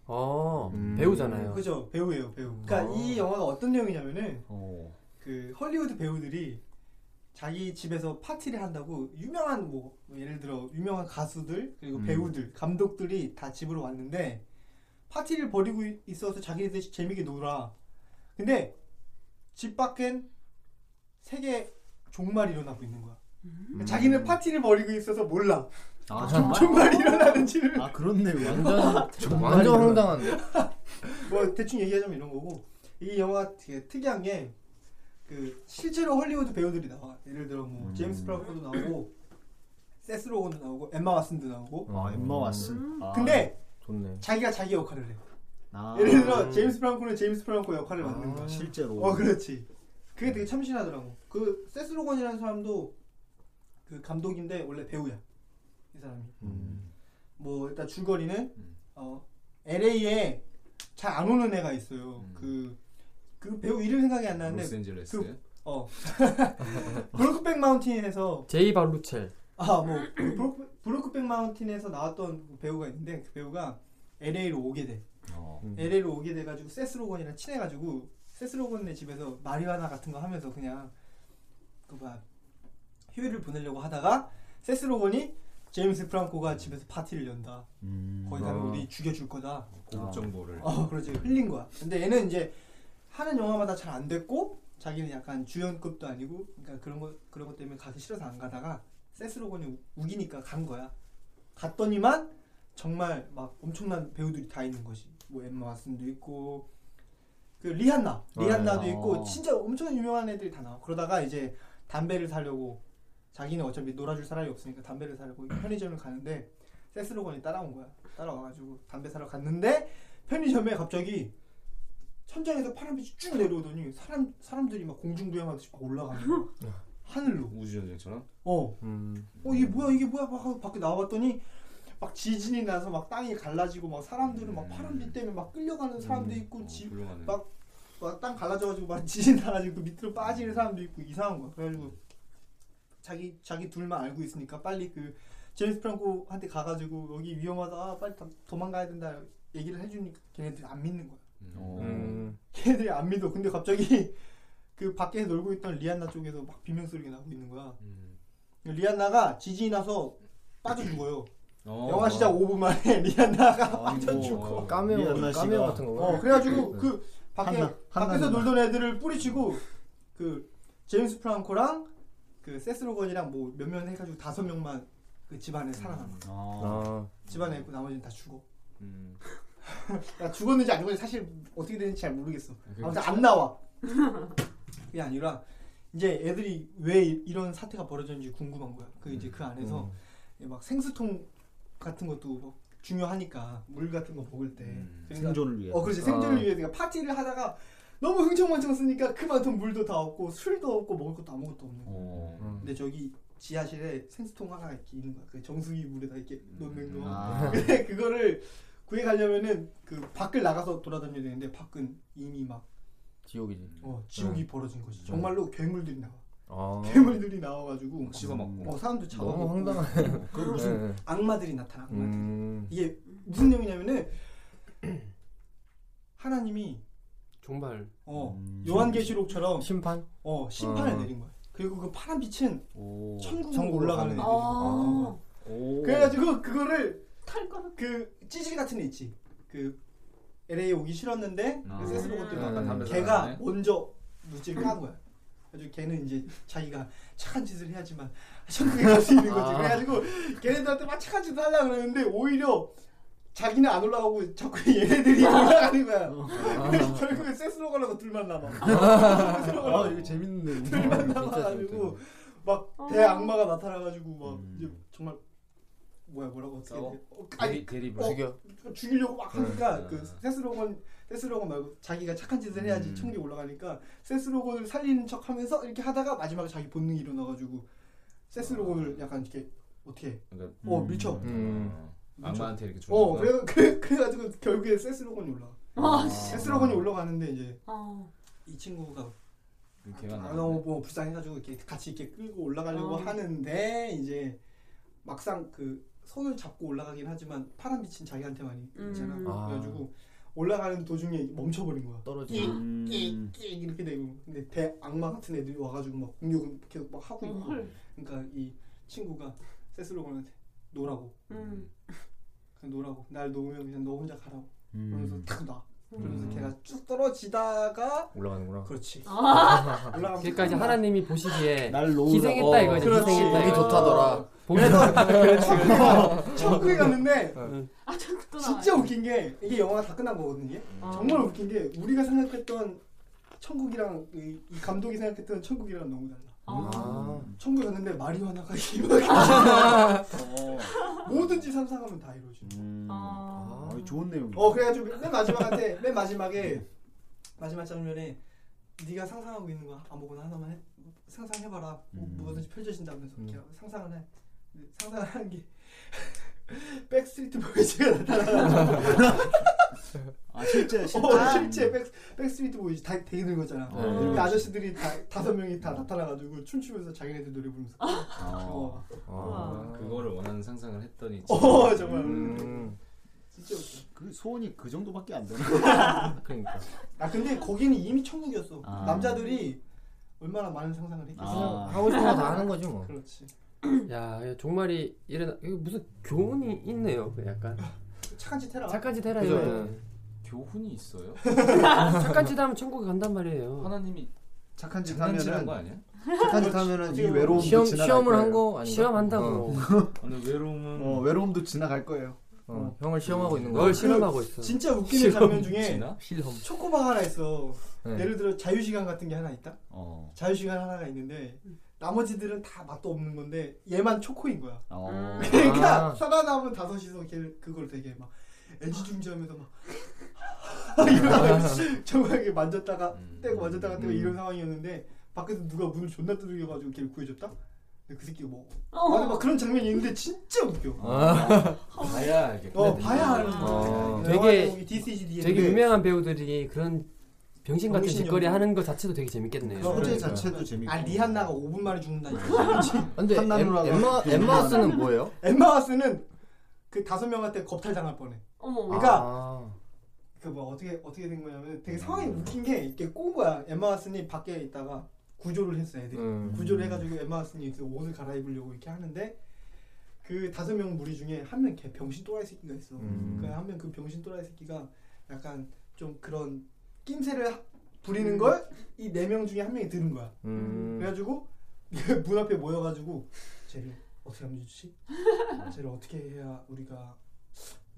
Speaker 9: 어 배우잖아요.
Speaker 1: 그죠 배우예요 배우. 그러니까
Speaker 9: 어.
Speaker 1: 이 영화가 어떤 내용이냐면은
Speaker 5: 어.
Speaker 1: 그 헐리우드 배우들이 자기 집에서 파티를 한다고 유명한 뭐 예를 들어 유명한 가수들 그리고
Speaker 2: 음.
Speaker 1: 배우들 감독들이 다 집으로 왔는데 파티를 벌이고 이- 있어서 자기네들 재밌게 놀아. 근데 집 밖엔 세계 종말이 일어나고 있는 거야. 그러니까 자기는 파티를 벌이고 있어서 몰라.
Speaker 5: 아 정말?
Speaker 1: 종말이 아, 일어나는지를
Speaker 5: 아 그렇네.
Speaker 10: 완전
Speaker 5: 정말 아,
Speaker 10: 완전
Speaker 5: 이거다.
Speaker 10: 황당한데
Speaker 1: 뭐 대충 얘기하자면 이런 거고 이 영화 되게 특이한 게 그 실제로 헐리우드 배우들이 나와 예를 들어 뭐
Speaker 2: 음.
Speaker 1: 제임스 프라코도 나오고 세스 로건도 나오고 엠마 왓슨도 나오고
Speaker 5: 아 엠마 왓슨. 아,
Speaker 1: 근데
Speaker 9: 좋네.
Speaker 1: 자기가 자기 역할을 해
Speaker 5: 아,
Speaker 1: 예를 들어 제임스 프랑코는 제임스 프랑코 역할을 맡는 거야
Speaker 5: 실제로.
Speaker 1: 어 그렇지 그게 되게 참신하더라고 그 세스 로건이라는 사람도 그 감독인데 원래 배우야 이 사람이
Speaker 5: 음.
Speaker 1: 뭐 일단 줄거리는
Speaker 2: 음.
Speaker 1: 어, LA에 잘 안 오는 애가 있어요.
Speaker 2: 음.
Speaker 1: 그, 그 배우 이름 생각이 안 나는데
Speaker 2: 로스앤젤레스.
Speaker 1: 그- 어 브로크백 마운틴에서
Speaker 9: 제이 발루첼.
Speaker 1: 아뭐 브로크백 마운틴에서 나왔던 그 배우가 있는데 그 배우가 LA로 오게 돼.
Speaker 2: 어.
Speaker 3: 음.
Speaker 1: LA로 오게 돼가지고 세스 로건이랑 친해가지고 세스 로건네 집에서 마리화나 같은 거 하면서 그냥 그막 휴일을 보내려고 하다가 세스 로건이 제임스 프랑코가 집에서 파티를 연다.
Speaker 5: 음.
Speaker 1: 거기
Speaker 4: 아.
Speaker 1: 가면 우리 죽여줄 거다.
Speaker 2: 고급 정보를.
Speaker 1: 어, 그렇지. 흘린 거야. 근데 얘는 이제 하는 영화마다 잘 안 됐고 자기는 약간 주연급도 아니고 그러니까 그런 거 그런 것 때문에 가기 싫어서 안 가다가 세스 로건이 우- 우기니까 간 거야. 갔더니만 정말 막 엄청난 배우들이 다 있는 거지. 뭐 엠마 왓슨도 있고 그 리한나, 리한나도
Speaker 5: 아.
Speaker 1: 있고 진짜 엄청 유명한 애들이 다 나와. 그러다가 이제 담배를 사려고
Speaker 3: 자기는 어차피 놀아줄 사람이 없으니까 담배를 사려고 편의점을 가는데 세스로건이 따라온 거야. 따라와가지고 담배 사러 갔는데 편의점에 갑자기 천장에서 파란빛이 쭉 내려오더니 사람 사람들이 막 공중부양하듯이 막 올라가는 거야. 하늘로.
Speaker 2: 우주여행처럼?
Speaker 3: 어.
Speaker 4: 음.
Speaker 3: 어 이게 뭐야 이게 뭐야 막 하고 밖에 나와봤더니 막 지진이 나서 막 땅이 갈라지고 막 사람들은 막
Speaker 2: 음.
Speaker 3: 파란빛 때문에 막 끌려가는 사람도 있고
Speaker 2: 어,
Speaker 3: 집
Speaker 2: 훌륭하네.
Speaker 3: 막- 막뭐 땅 갈라져가지고 막 지진 나가지고 그 밑으로
Speaker 2: 음.
Speaker 3: 빠지는 사람도 있고 이상한 거야. 그래가지고 자기 자기 둘만 알고 있으니까 빨리 그 제임스 프랑코한테 가가지고 여기 위험하다 아, 빨리 다 도망가야 된다 얘기를 해주니까 걔네들이 안 믿는 거야.
Speaker 1: 어.
Speaker 4: 음.
Speaker 3: 걔네들이 안 믿어. 근데 갑자기 그 밖에서 놀고 있던 리안나 쪽에서 막 비명 소리가 나고 있는 거야. 음. 리안나가 지진이 나서 빠져 죽어요.
Speaker 2: 어.
Speaker 3: 영화 시작 5분 만에 리안나가
Speaker 5: 아이고.
Speaker 3: 빠져 죽어.
Speaker 5: 미안나
Speaker 4: 까메오
Speaker 5: 씨가.
Speaker 4: 까메오 같은 건가?
Speaker 3: 어, 그래가지고
Speaker 5: 네.
Speaker 3: 그 밖에
Speaker 5: 한나-
Speaker 3: 밖에서
Speaker 5: 한나는-
Speaker 3: 놀던 애들을 뿌리치고 그 제임스 프랑코랑 그 세스 로건이랑 뭐 몇 명 해가지고 다섯 명만 그 집안에 살아남아.
Speaker 5: 아.
Speaker 4: 아.
Speaker 3: 집안에 있고 나머지는 다 죽어.
Speaker 2: 음.
Speaker 3: 나 죽었는지 안 죽었는지 사실 어떻게 되는지 잘 모르겠어. 아무튼 안 나와. 그게 아니라 이제 애들이 왜 이- 이런 사태가 벌어졌는지 궁금한 거야. 그 이제 그 안에서 막 생수통 같은 것도 뭐 중요하니까 물 같은 거 먹을 때 그러니까
Speaker 5: 생존을 위해.
Speaker 3: 어 그렇지 생존을
Speaker 4: 아.
Speaker 3: 위해 그러니까 파티를 하다가 너무 흥청망청 쓰니까 그만큼 물도 다 없고 술도 없고 먹을 것도 아무것도 없는 거야.
Speaker 2: 어.
Speaker 4: 음.
Speaker 3: 근데 저기 지하실에 생수통 하나 이렇게 있는 거야. 그 정수기 물에다 이렇게 놓는 거.
Speaker 5: 아.
Speaker 3: 근데 그거를 구해 가려면은 그 밖을 나가서 돌아다녀야 되는데 밖은 이미 막
Speaker 4: 지옥이지.
Speaker 3: 어, 지옥이 벌어진 거지.
Speaker 4: 음.
Speaker 3: 정말로 괴물들이 나와.
Speaker 4: 아.
Speaker 3: 괴물들이 나와가지고
Speaker 2: 씹어먹고.
Speaker 3: 어 사람도 잡아.
Speaker 4: 너무 황당한.
Speaker 3: 그 무슨
Speaker 4: 네.
Speaker 3: 악마들이 나타나. 악마들.
Speaker 4: 음.
Speaker 3: 이게 무슨 내용이냐면은 하나님이
Speaker 1: 종발.
Speaker 3: 어
Speaker 5: 음.
Speaker 3: 요한계시록처럼
Speaker 4: 심판?
Speaker 3: 어 심판을
Speaker 4: 어.
Speaker 3: 내린 거야. 그리고 그 파란 빛은
Speaker 5: 오.
Speaker 3: 천국으로
Speaker 4: 천국으로
Speaker 3: 올라가는
Speaker 4: 가는
Speaker 3: 애들인 거야.
Speaker 7: 아,
Speaker 5: 오.
Speaker 3: 그래가지고 그거를
Speaker 7: 탈 거라.
Speaker 3: 그 찌질 같은 애 있지. 그 LA 오기 싫었는데
Speaker 2: 아.
Speaker 3: 그 세스로버 때문에
Speaker 2: 아까
Speaker 4: 음.
Speaker 2: 담배
Speaker 3: 걔가
Speaker 2: 사놨네.
Speaker 3: 먼저 눈치를 깐 거야. 그래서 걔는 이제 자기가 착한 짓을 해야지만 천국에 갈 수 있는 거지.
Speaker 4: 아.
Speaker 3: 그래가지고 걔네들한테 막 착한 짓을 하려고 그러는데 오히려 자기는 안 올라가고 자꾸 얘네들이 올라가는 거야. 그래서 결국에 세스로가라고 둘만 남아. 세스로가라고
Speaker 5: 아 이거 재밌는데.
Speaker 3: 둘만
Speaker 4: 재밌다,
Speaker 3: 남아가지고
Speaker 4: 이거.
Speaker 3: 막
Speaker 7: 어.
Speaker 3: 대악마가 나타나가지고 막
Speaker 5: 음.
Speaker 3: 이제 정말 뭐야 뭐라고 어떻게
Speaker 2: 싸워?
Speaker 3: 해야 돼? 어, 아니
Speaker 2: 대리 대리
Speaker 3: 어.
Speaker 4: 죽여.
Speaker 3: 죽이려고 막 하니까
Speaker 2: 음.
Speaker 3: 그 세스로건 세스로건 말고 자기가 착한 짓을
Speaker 2: 음.
Speaker 3: 해야지 천국에 올라가니까 세스로건을 살리는 척하면서 이렇게 하다가 마지막에 자기 본능이 일어나가지고 세스로건을 약간 이렇게 어떻게 해?
Speaker 2: 아. 그러니까
Speaker 3: 어 밀쳐
Speaker 4: 음.
Speaker 2: 악마한테 이렇게 주는
Speaker 3: 어
Speaker 2: 거야?
Speaker 3: 그래 그래 그래가지고 결국에 세스로건이 올라
Speaker 7: 아,
Speaker 3: 세스로건이 올라가는데 이제
Speaker 7: 아,
Speaker 3: 이 친구가
Speaker 2: 걔가
Speaker 3: 아,
Speaker 2: 나왔네.
Speaker 3: 너무 뭐 불쌍해가지고 이렇게 같이 이렇게 끌고 올라가려고
Speaker 7: 아.
Speaker 3: 하는데 이제 막상 그 손을 잡고 올라가긴 하지만 파란 빛은 자기한테만
Speaker 7: 음.
Speaker 3: 있잖아
Speaker 4: 아.
Speaker 3: 그래가지고 올라가는 도중에 멈춰버린 거야.
Speaker 4: 떨어지.
Speaker 5: 음.
Speaker 3: 끼 이렇게 되고 근데 대 악마 같은 애들이 와가지고 막 공격을 계속 막 하고 있고
Speaker 7: 헐.
Speaker 3: 그러니까 이 친구가 세스로건한테 노라고
Speaker 7: 음.
Speaker 3: 그냥 노라고 날 놓으면 그냥 너 혼자 가라고 그러면서
Speaker 5: 음.
Speaker 3: 탁놔 그러면서
Speaker 4: 음.
Speaker 3: 걔가 쭉 떨어지다가
Speaker 4: 올라가는구나.
Speaker 3: 그렇지
Speaker 7: 아,
Speaker 3: 올라가면서
Speaker 1: 그러니까 이제 하나님이 보시기에
Speaker 5: 날 놓으라고.
Speaker 1: 희생했다 이거지.
Speaker 3: 그렇지.
Speaker 1: 희생했다.
Speaker 4: 보기
Speaker 1: 이거.
Speaker 4: 좋다더라.
Speaker 1: 보기 좋다.
Speaker 3: 천국에 갔는데
Speaker 7: 아, 자꾸 또 나와.
Speaker 3: 진짜 웃긴 게 이게 영화가 다 끝난 거거든요
Speaker 7: 아.
Speaker 3: 정말 웃긴 게 우리가 생각했던 천국이랑 이, 이 감독이 생각했던 천국이랑 너무 달라
Speaker 7: 아,
Speaker 4: 아.
Speaker 3: 천국에 갔는데 마리화나가 이만큼 뭐든지 상상하면 다 이루어져
Speaker 5: 음. 아,
Speaker 7: 아,
Speaker 5: 이거 좋은 내용.
Speaker 3: 어 그래가지고 맨 마지막한테 맨 마지막에 마지막 장면에 네가 상상하고 있는 거 아무거나 하나만 해, 상상해봐라 뭐-
Speaker 5: 음.
Speaker 3: 뭐든지 펼쳐진다면서
Speaker 4: 음.
Speaker 3: 이렇게 상상을 해 근데 상상을 하는 게 백스트리트 보이즈가 나타나
Speaker 5: 아 실제 실제.
Speaker 3: 어,
Speaker 1: 음.
Speaker 3: 실제 백, 백스트리트 보이즈 다 되게 늙었잖아
Speaker 5: 네,
Speaker 2: 어.
Speaker 3: 그
Speaker 5: 늙었지.
Speaker 3: 아저씨들이 다, 다섯 명이 다 나타나가지고 춤추면서 자기네들 노래 부르면서
Speaker 5: 어.
Speaker 3: 어,
Speaker 7: 우와.
Speaker 2: 아, 그거를 원하는 상상을 했더니
Speaker 3: 어 정말
Speaker 4: 음.
Speaker 3: 진짜 웃겨
Speaker 5: 그 소원이 그 정도밖에 안 되나?
Speaker 4: 그러니까.
Speaker 3: 아 근데 거기는 이미 천국이었어
Speaker 5: 아.
Speaker 3: 남자들이 얼마나 많은 상상을 했겠어
Speaker 5: 아.
Speaker 4: 하고 싶은 거 다 하는 거지 뭐.
Speaker 3: 그렇지
Speaker 1: 야, 이거 종말이 일어나. 이거 무슨 교훈이 있네요. 그 약간
Speaker 3: 착한 짓 해라.
Speaker 1: 착한 짓 해라.
Speaker 4: 그죠?
Speaker 1: 이거는.
Speaker 2: 교훈이 있어요? 그
Speaker 1: 착한 짓 하면 천국에 간단 말이에요.
Speaker 2: 하나님이
Speaker 5: 착한 짓
Speaker 2: 장난질한 거
Speaker 5: 네, 하면은
Speaker 2: 아니야?
Speaker 5: 착한 짓 하면은 이
Speaker 3: 지금
Speaker 5: 외로움도
Speaker 4: 시험
Speaker 5: 지나갈
Speaker 4: 시험을
Speaker 5: 거예요.
Speaker 4: 한 거 아닌가?
Speaker 1: 시험한다고.
Speaker 2: 오늘 외로움은
Speaker 5: 어 외로움도 지나갈 거예요.
Speaker 4: 어. 어. 형을 시험하고 있는
Speaker 1: 널
Speaker 4: 거.
Speaker 1: 실험하고 있어.
Speaker 3: 진짜 웃기는 장면 중에
Speaker 2: 지나?
Speaker 4: 실험.
Speaker 3: 초코바 하나 있어.
Speaker 4: 네.
Speaker 3: 예를 들어 자유 시간 같은 게 하나 있다.
Speaker 5: 어.
Speaker 3: 자유 시간 하나가 있는데 나머지들은 다 맛도 없는 건데 얘만 초코인 거야.
Speaker 5: 어.
Speaker 7: 음.
Speaker 3: 그러니까
Speaker 4: 아.
Speaker 3: 살아남은 다섯이서 걔를 그걸 되게 막 애지중지하면서 막 이러면서 정말 이렇게 만졌다가 떼고 만졌다가 떼고
Speaker 4: 아. 음.
Speaker 3: 이런 상황이었는데 밖에서 누가 문을 존나 두들겨가지고 걔를 구해줬다. 근데 그 새끼가 뭐
Speaker 7: 어.
Speaker 3: 맞아 막 그런 장면이 있는데 진짜 웃겨.
Speaker 2: 아. 봐야 알겠구나.
Speaker 3: 어 봐야 알지.
Speaker 1: 어, 되게-
Speaker 3: DCGD에
Speaker 1: 되게 유명한 배우들이 그런 병신 같은
Speaker 3: 정신이
Speaker 1: 짓거리
Speaker 3: 없는-
Speaker 1: 하는 것 자체도 되게 재밌겠네요.
Speaker 3: 그럼.
Speaker 5: 소재
Speaker 3: 그러니까.
Speaker 5: 자체도 재밌고.
Speaker 3: 아 리한나가 5분 만에 죽는다니까.
Speaker 4: 근데 엠-
Speaker 5: 한나누라고
Speaker 4: 엠마
Speaker 5: 하는
Speaker 4: 엠마스는 뭐예요?
Speaker 3: 엠마 왓슨은 그 다섯 명한테 겁탈 당할 뻔해.
Speaker 7: 어머.
Speaker 3: 그러니까
Speaker 4: 아.
Speaker 3: 그 뭐 어떻게 어떻게 된 거냐면 되게 상황이 웃긴 게 이렇게 꼰 거야. 엠마 왓슨이 밖에 있다가 구조를 했어 애들이.
Speaker 4: 음.
Speaker 3: 구조를 해가지고 엠마 왓슨이 그 옷을 갈아입으려고 이렇게 하는데 그 다섯 명 무리 중에 한 명 걔 병신 또라이 새끼가 있어.
Speaker 4: 음.
Speaker 3: 그 한 명 그 병신 또라이 새끼가 약간 좀 그런 낌새를 하- 부리는 걸 이 네 명 중에 한 명이 들은 거야.
Speaker 4: 음.
Speaker 3: 그래가지고 문 앞에 모여가지고 쟤를 어떻게 하면 좋지? 쟤를 어떻게 해야 우리가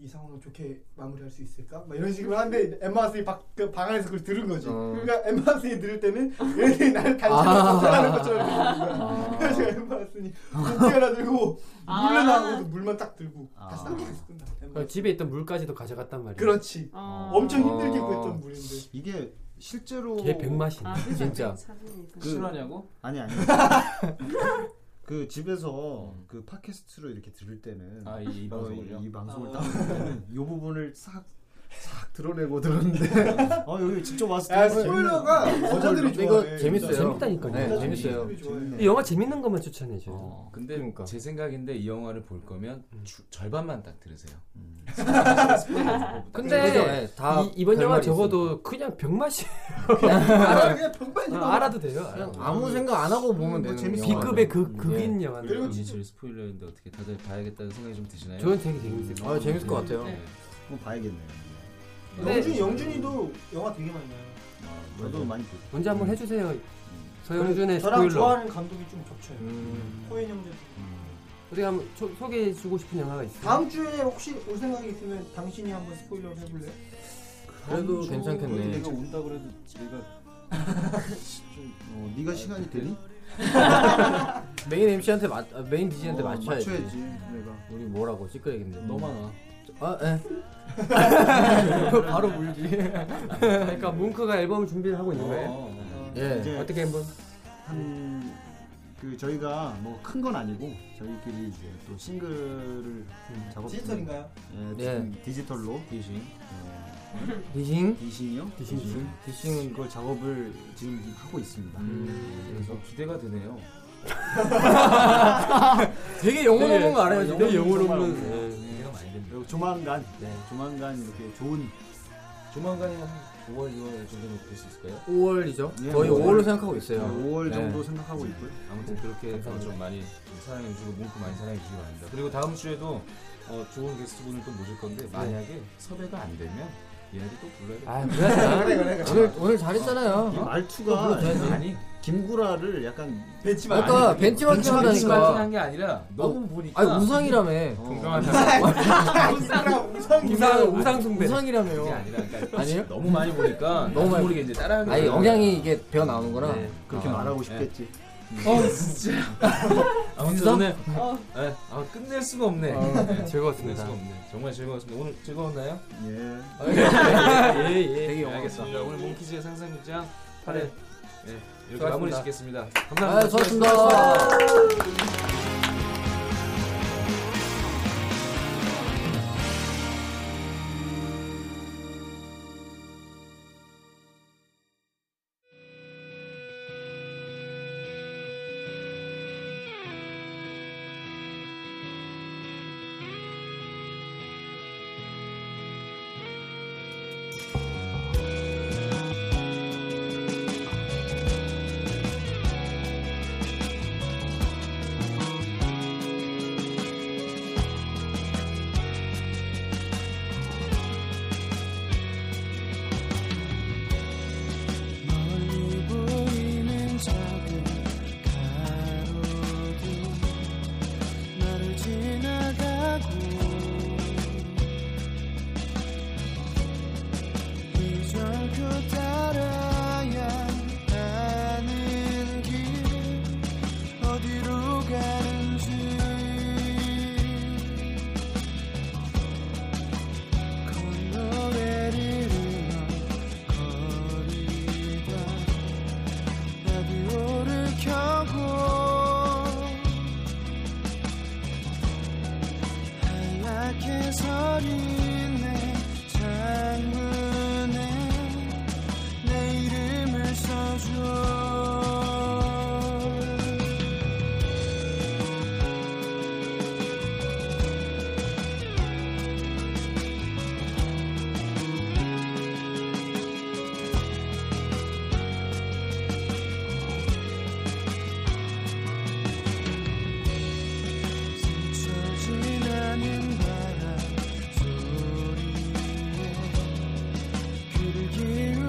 Speaker 3: 이 상황을 좋게 마무리할 수 있을까? 막 이런 식으로 하는데 엠마 왓슨이 방, 그 방안에서 그걸 들은 거지.
Speaker 4: 어.
Speaker 3: 그러니까 엠마 왓슨이 들을 때는 얘네들이 나를 단체로
Speaker 4: 아.
Speaker 3: 건설하는 것처럼 들리는 거야. 그래서 엠마 왓슨이 못 뛰어나들고
Speaker 7: 아.
Speaker 3: 물러나고도 물만 딱 들고 다시
Speaker 5: 아.
Speaker 3: 딱 계속 끈다. 엠마
Speaker 1: 그럼
Speaker 3: 왓슨.
Speaker 1: 어, 집에 있던 물까지도 가져갔단 말이에요.
Speaker 4: 그렇죠.
Speaker 3: 그렇지.
Speaker 7: 어.
Speaker 3: 엄청
Speaker 4: 어.
Speaker 2: 아.
Speaker 3: 힘들게 구했던 물인데.
Speaker 5: 이게 실제로 그
Speaker 1: 걔 백맛이.
Speaker 7: 아, 그래서
Speaker 4: 진짜.
Speaker 7: 자신이-
Speaker 1: 그
Speaker 2: 실화냐고?
Speaker 5: 아니 아니. 그 집에서 그 팟캐스트로 이렇게 들을 때는
Speaker 2: 아, 이, 이
Speaker 5: 어,
Speaker 2: 방송을요?
Speaker 5: 이, 이 방송을
Speaker 3: 아.
Speaker 5: 딱 들을 때는 이 부분을 싹. 싹 드러내고 들었는데 어 여기 직접 와서
Speaker 3: 야,
Speaker 5: 들으면
Speaker 3: 스포일러가
Speaker 5: 재밌네요. 음.
Speaker 3: 여자들이
Speaker 4: 이거
Speaker 3: 좋아해.
Speaker 4: 재밌어요.
Speaker 1: 재밌다니까요.
Speaker 4: 네,
Speaker 3: 여자들이
Speaker 4: 재밌어요.
Speaker 3: 좋아해.
Speaker 1: 이 영화 재밌는 것만 추천해줘요.
Speaker 2: 어, 근데
Speaker 4: 그러니까. 음.
Speaker 2: 제 생각인데 이 영화를 볼 거면 주- 절반만 딱 들으세요.
Speaker 5: 음.
Speaker 4: 그죠?
Speaker 1: 근데
Speaker 4: 네, 다
Speaker 1: 이, 이번 영화
Speaker 4: 결말이
Speaker 1: 적어도 그냥 병맛이
Speaker 3: 아, 그냥 병만
Speaker 1: 어,
Speaker 3: 입어.
Speaker 1: 알아도 돼요.
Speaker 4: 그냥
Speaker 1: 알아도.
Speaker 4: 아무 생각 안 하고 보면 되는
Speaker 5: 재밌-
Speaker 4: 영화죠. 음, 예.
Speaker 1: B급의 그 극인
Speaker 3: 그리고
Speaker 1: 영화인데.
Speaker 3: 진짜-
Speaker 2: 진실 음. 스포일러인데 어떻게 다들 봐야겠다는 생각이 좀 드시나요?
Speaker 1: 저는 되게 재밌어요.
Speaker 4: 아, 재밌을 것 같아요.
Speaker 2: 네.
Speaker 5: 한번 봐야겠네요.
Speaker 1: 근데-
Speaker 3: 영준이 영준이도 영화 되게 많이 봐요.
Speaker 5: 아, 저도 많이 들.
Speaker 1: 먼저
Speaker 4: 음.
Speaker 1: 한번 해주세요. 서영준의
Speaker 3: 저랑
Speaker 1: 스포일러.
Speaker 3: 좋아하는 감독이 좀 겹쳐요.
Speaker 1: 음.
Speaker 3: 코엔 형제.
Speaker 1: 우리가 한번 초- 소개해주고 싶은 영화가 있어요.
Speaker 3: 다음 주에 혹시 올 생각이 있으면 당신이 한번 스포일러 해볼래?
Speaker 4: 그래도 괜찮겠네.
Speaker 5: 내가 온다 그래도 내가 좀 어, 네가 시간이 되니?
Speaker 4: 메인 MC한테 맞 아, 메인 DJ한테
Speaker 5: 어,
Speaker 4: 맞춰야지.
Speaker 5: 맞춰야지 내가.
Speaker 4: 우리 뭐라고 찌끄레기인데.
Speaker 2: 음. 너만 와.
Speaker 4: 아, 예. 바로 울지.
Speaker 1: 그러니까 뭉크가 앨범을 준비를 하고
Speaker 4: 음.
Speaker 1: 있는 거예요.
Speaker 2: 어, 어.
Speaker 4: 예.
Speaker 5: 이제
Speaker 1: 어떻게 한번
Speaker 5: 한 그 저희가 뭐 큰 건 아니고 저희끼리 이제 또 싱글을 작업
Speaker 3: 디지털인가요?
Speaker 5: 예,
Speaker 4: 예.
Speaker 5: 디- 디지털로
Speaker 2: 귀신.
Speaker 5: 예,
Speaker 4: 디싱?
Speaker 5: 디싱이요?
Speaker 1: 디싱.
Speaker 5: 디싱은 그 작업을 지금 하고 있습니다.
Speaker 1: 음.
Speaker 5: 예.
Speaker 2: 그래서 기대가 되네요.
Speaker 4: 되게 영혼 없는 거 알아요.
Speaker 1: 되게 영혼
Speaker 5: 어, 정말
Speaker 1: 없는.
Speaker 5: 없네요.
Speaker 1: 예.
Speaker 2: 기대가 많이 됩니다.
Speaker 5: 그리고 조만간
Speaker 1: 네.
Speaker 5: 조만간 이렇게 좋은
Speaker 2: 조만간에 한 5월, 2월 정도는 볼 수 있을까요?
Speaker 4: 5월이죠.
Speaker 5: 예,
Speaker 4: 거의
Speaker 5: 뭐.
Speaker 4: 5월로 생각하고 있어요.
Speaker 5: 5월
Speaker 2: 네.
Speaker 5: 정도 생각하고 있고요.
Speaker 2: 아무튼 그렇게 해서 좀 많이 좀 사랑해주고 뭉크 많이 사랑해주시기 바랍니다. 그리고 다음 주에도 어, 좋은 게스트분을 또 모실 건데 네.
Speaker 4: 아, 예, 네.
Speaker 2: 만약에 섭외가 안 되면 얘네들 또 불러야 돼.
Speaker 1: 아, 그래.
Speaker 4: 오늘 오늘
Speaker 1: 어?
Speaker 5: 이
Speaker 4: 잘했잖아요.
Speaker 5: 말투가
Speaker 2: 아니
Speaker 5: 김구라를 약간
Speaker 3: 벤치
Speaker 4: 아, 그러니까
Speaker 5: 아니,
Speaker 4: 벤치마킹
Speaker 5: 벤치마킹
Speaker 4: 한다니까.
Speaker 2: 그렇죠. 한게 어, 아니라 너무 보니까
Speaker 4: 아니 우상이라며.
Speaker 5: 어.
Speaker 2: 건강한
Speaker 3: 아, 우상 우상
Speaker 1: 우상 우상 숭배.
Speaker 2: 게
Speaker 4: 우상이라며요.
Speaker 2: 아니라 그러니까
Speaker 4: 아니에요?
Speaker 2: 너무 많이 보니까
Speaker 4: 너무
Speaker 2: 나도
Speaker 4: 많이
Speaker 2: 모르게 이제 따라하는
Speaker 4: 아니
Speaker 2: 거예요.
Speaker 4: 영향이 이게 배어 나오는구나.
Speaker 2: 네.
Speaker 5: 그렇게
Speaker 2: 아,
Speaker 5: 말하고
Speaker 2: 네.
Speaker 5: 싶겠지.
Speaker 2: 어 진짜 아무튼
Speaker 4: 진짜?
Speaker 2: 오늘 네, 아 끝낼 수가 없네
Speaker 4: 아,
Speaker 2: 네, 끝낼
Speaker 1: 즐거웠습니다.
Speaker 2: 수가 없네 정말 즐거웠습니다 오늘 즐거웠나요?
Speaker 5: 예.
Speaker 2: 예, 예.
Speaker 4: 되게
Speaker 2: 네,
Speaker 4: 영혼 없다.
Speaker 2: 알겠습니다. 오늘 몽키즈의 상상 극장 8회 예, 이렇게
Speaker 1: 수고하셨습니다.
Speaker 2: 마무리 짓겠습니다.
Speaker 4: 아,
Speaker 2: 감사합니다.
Speaker 4: 좋습니다.
Speaker 8: 멀리 보이는 작은 가로등 나를 지나가고 이절표 따라야 하는 길 기울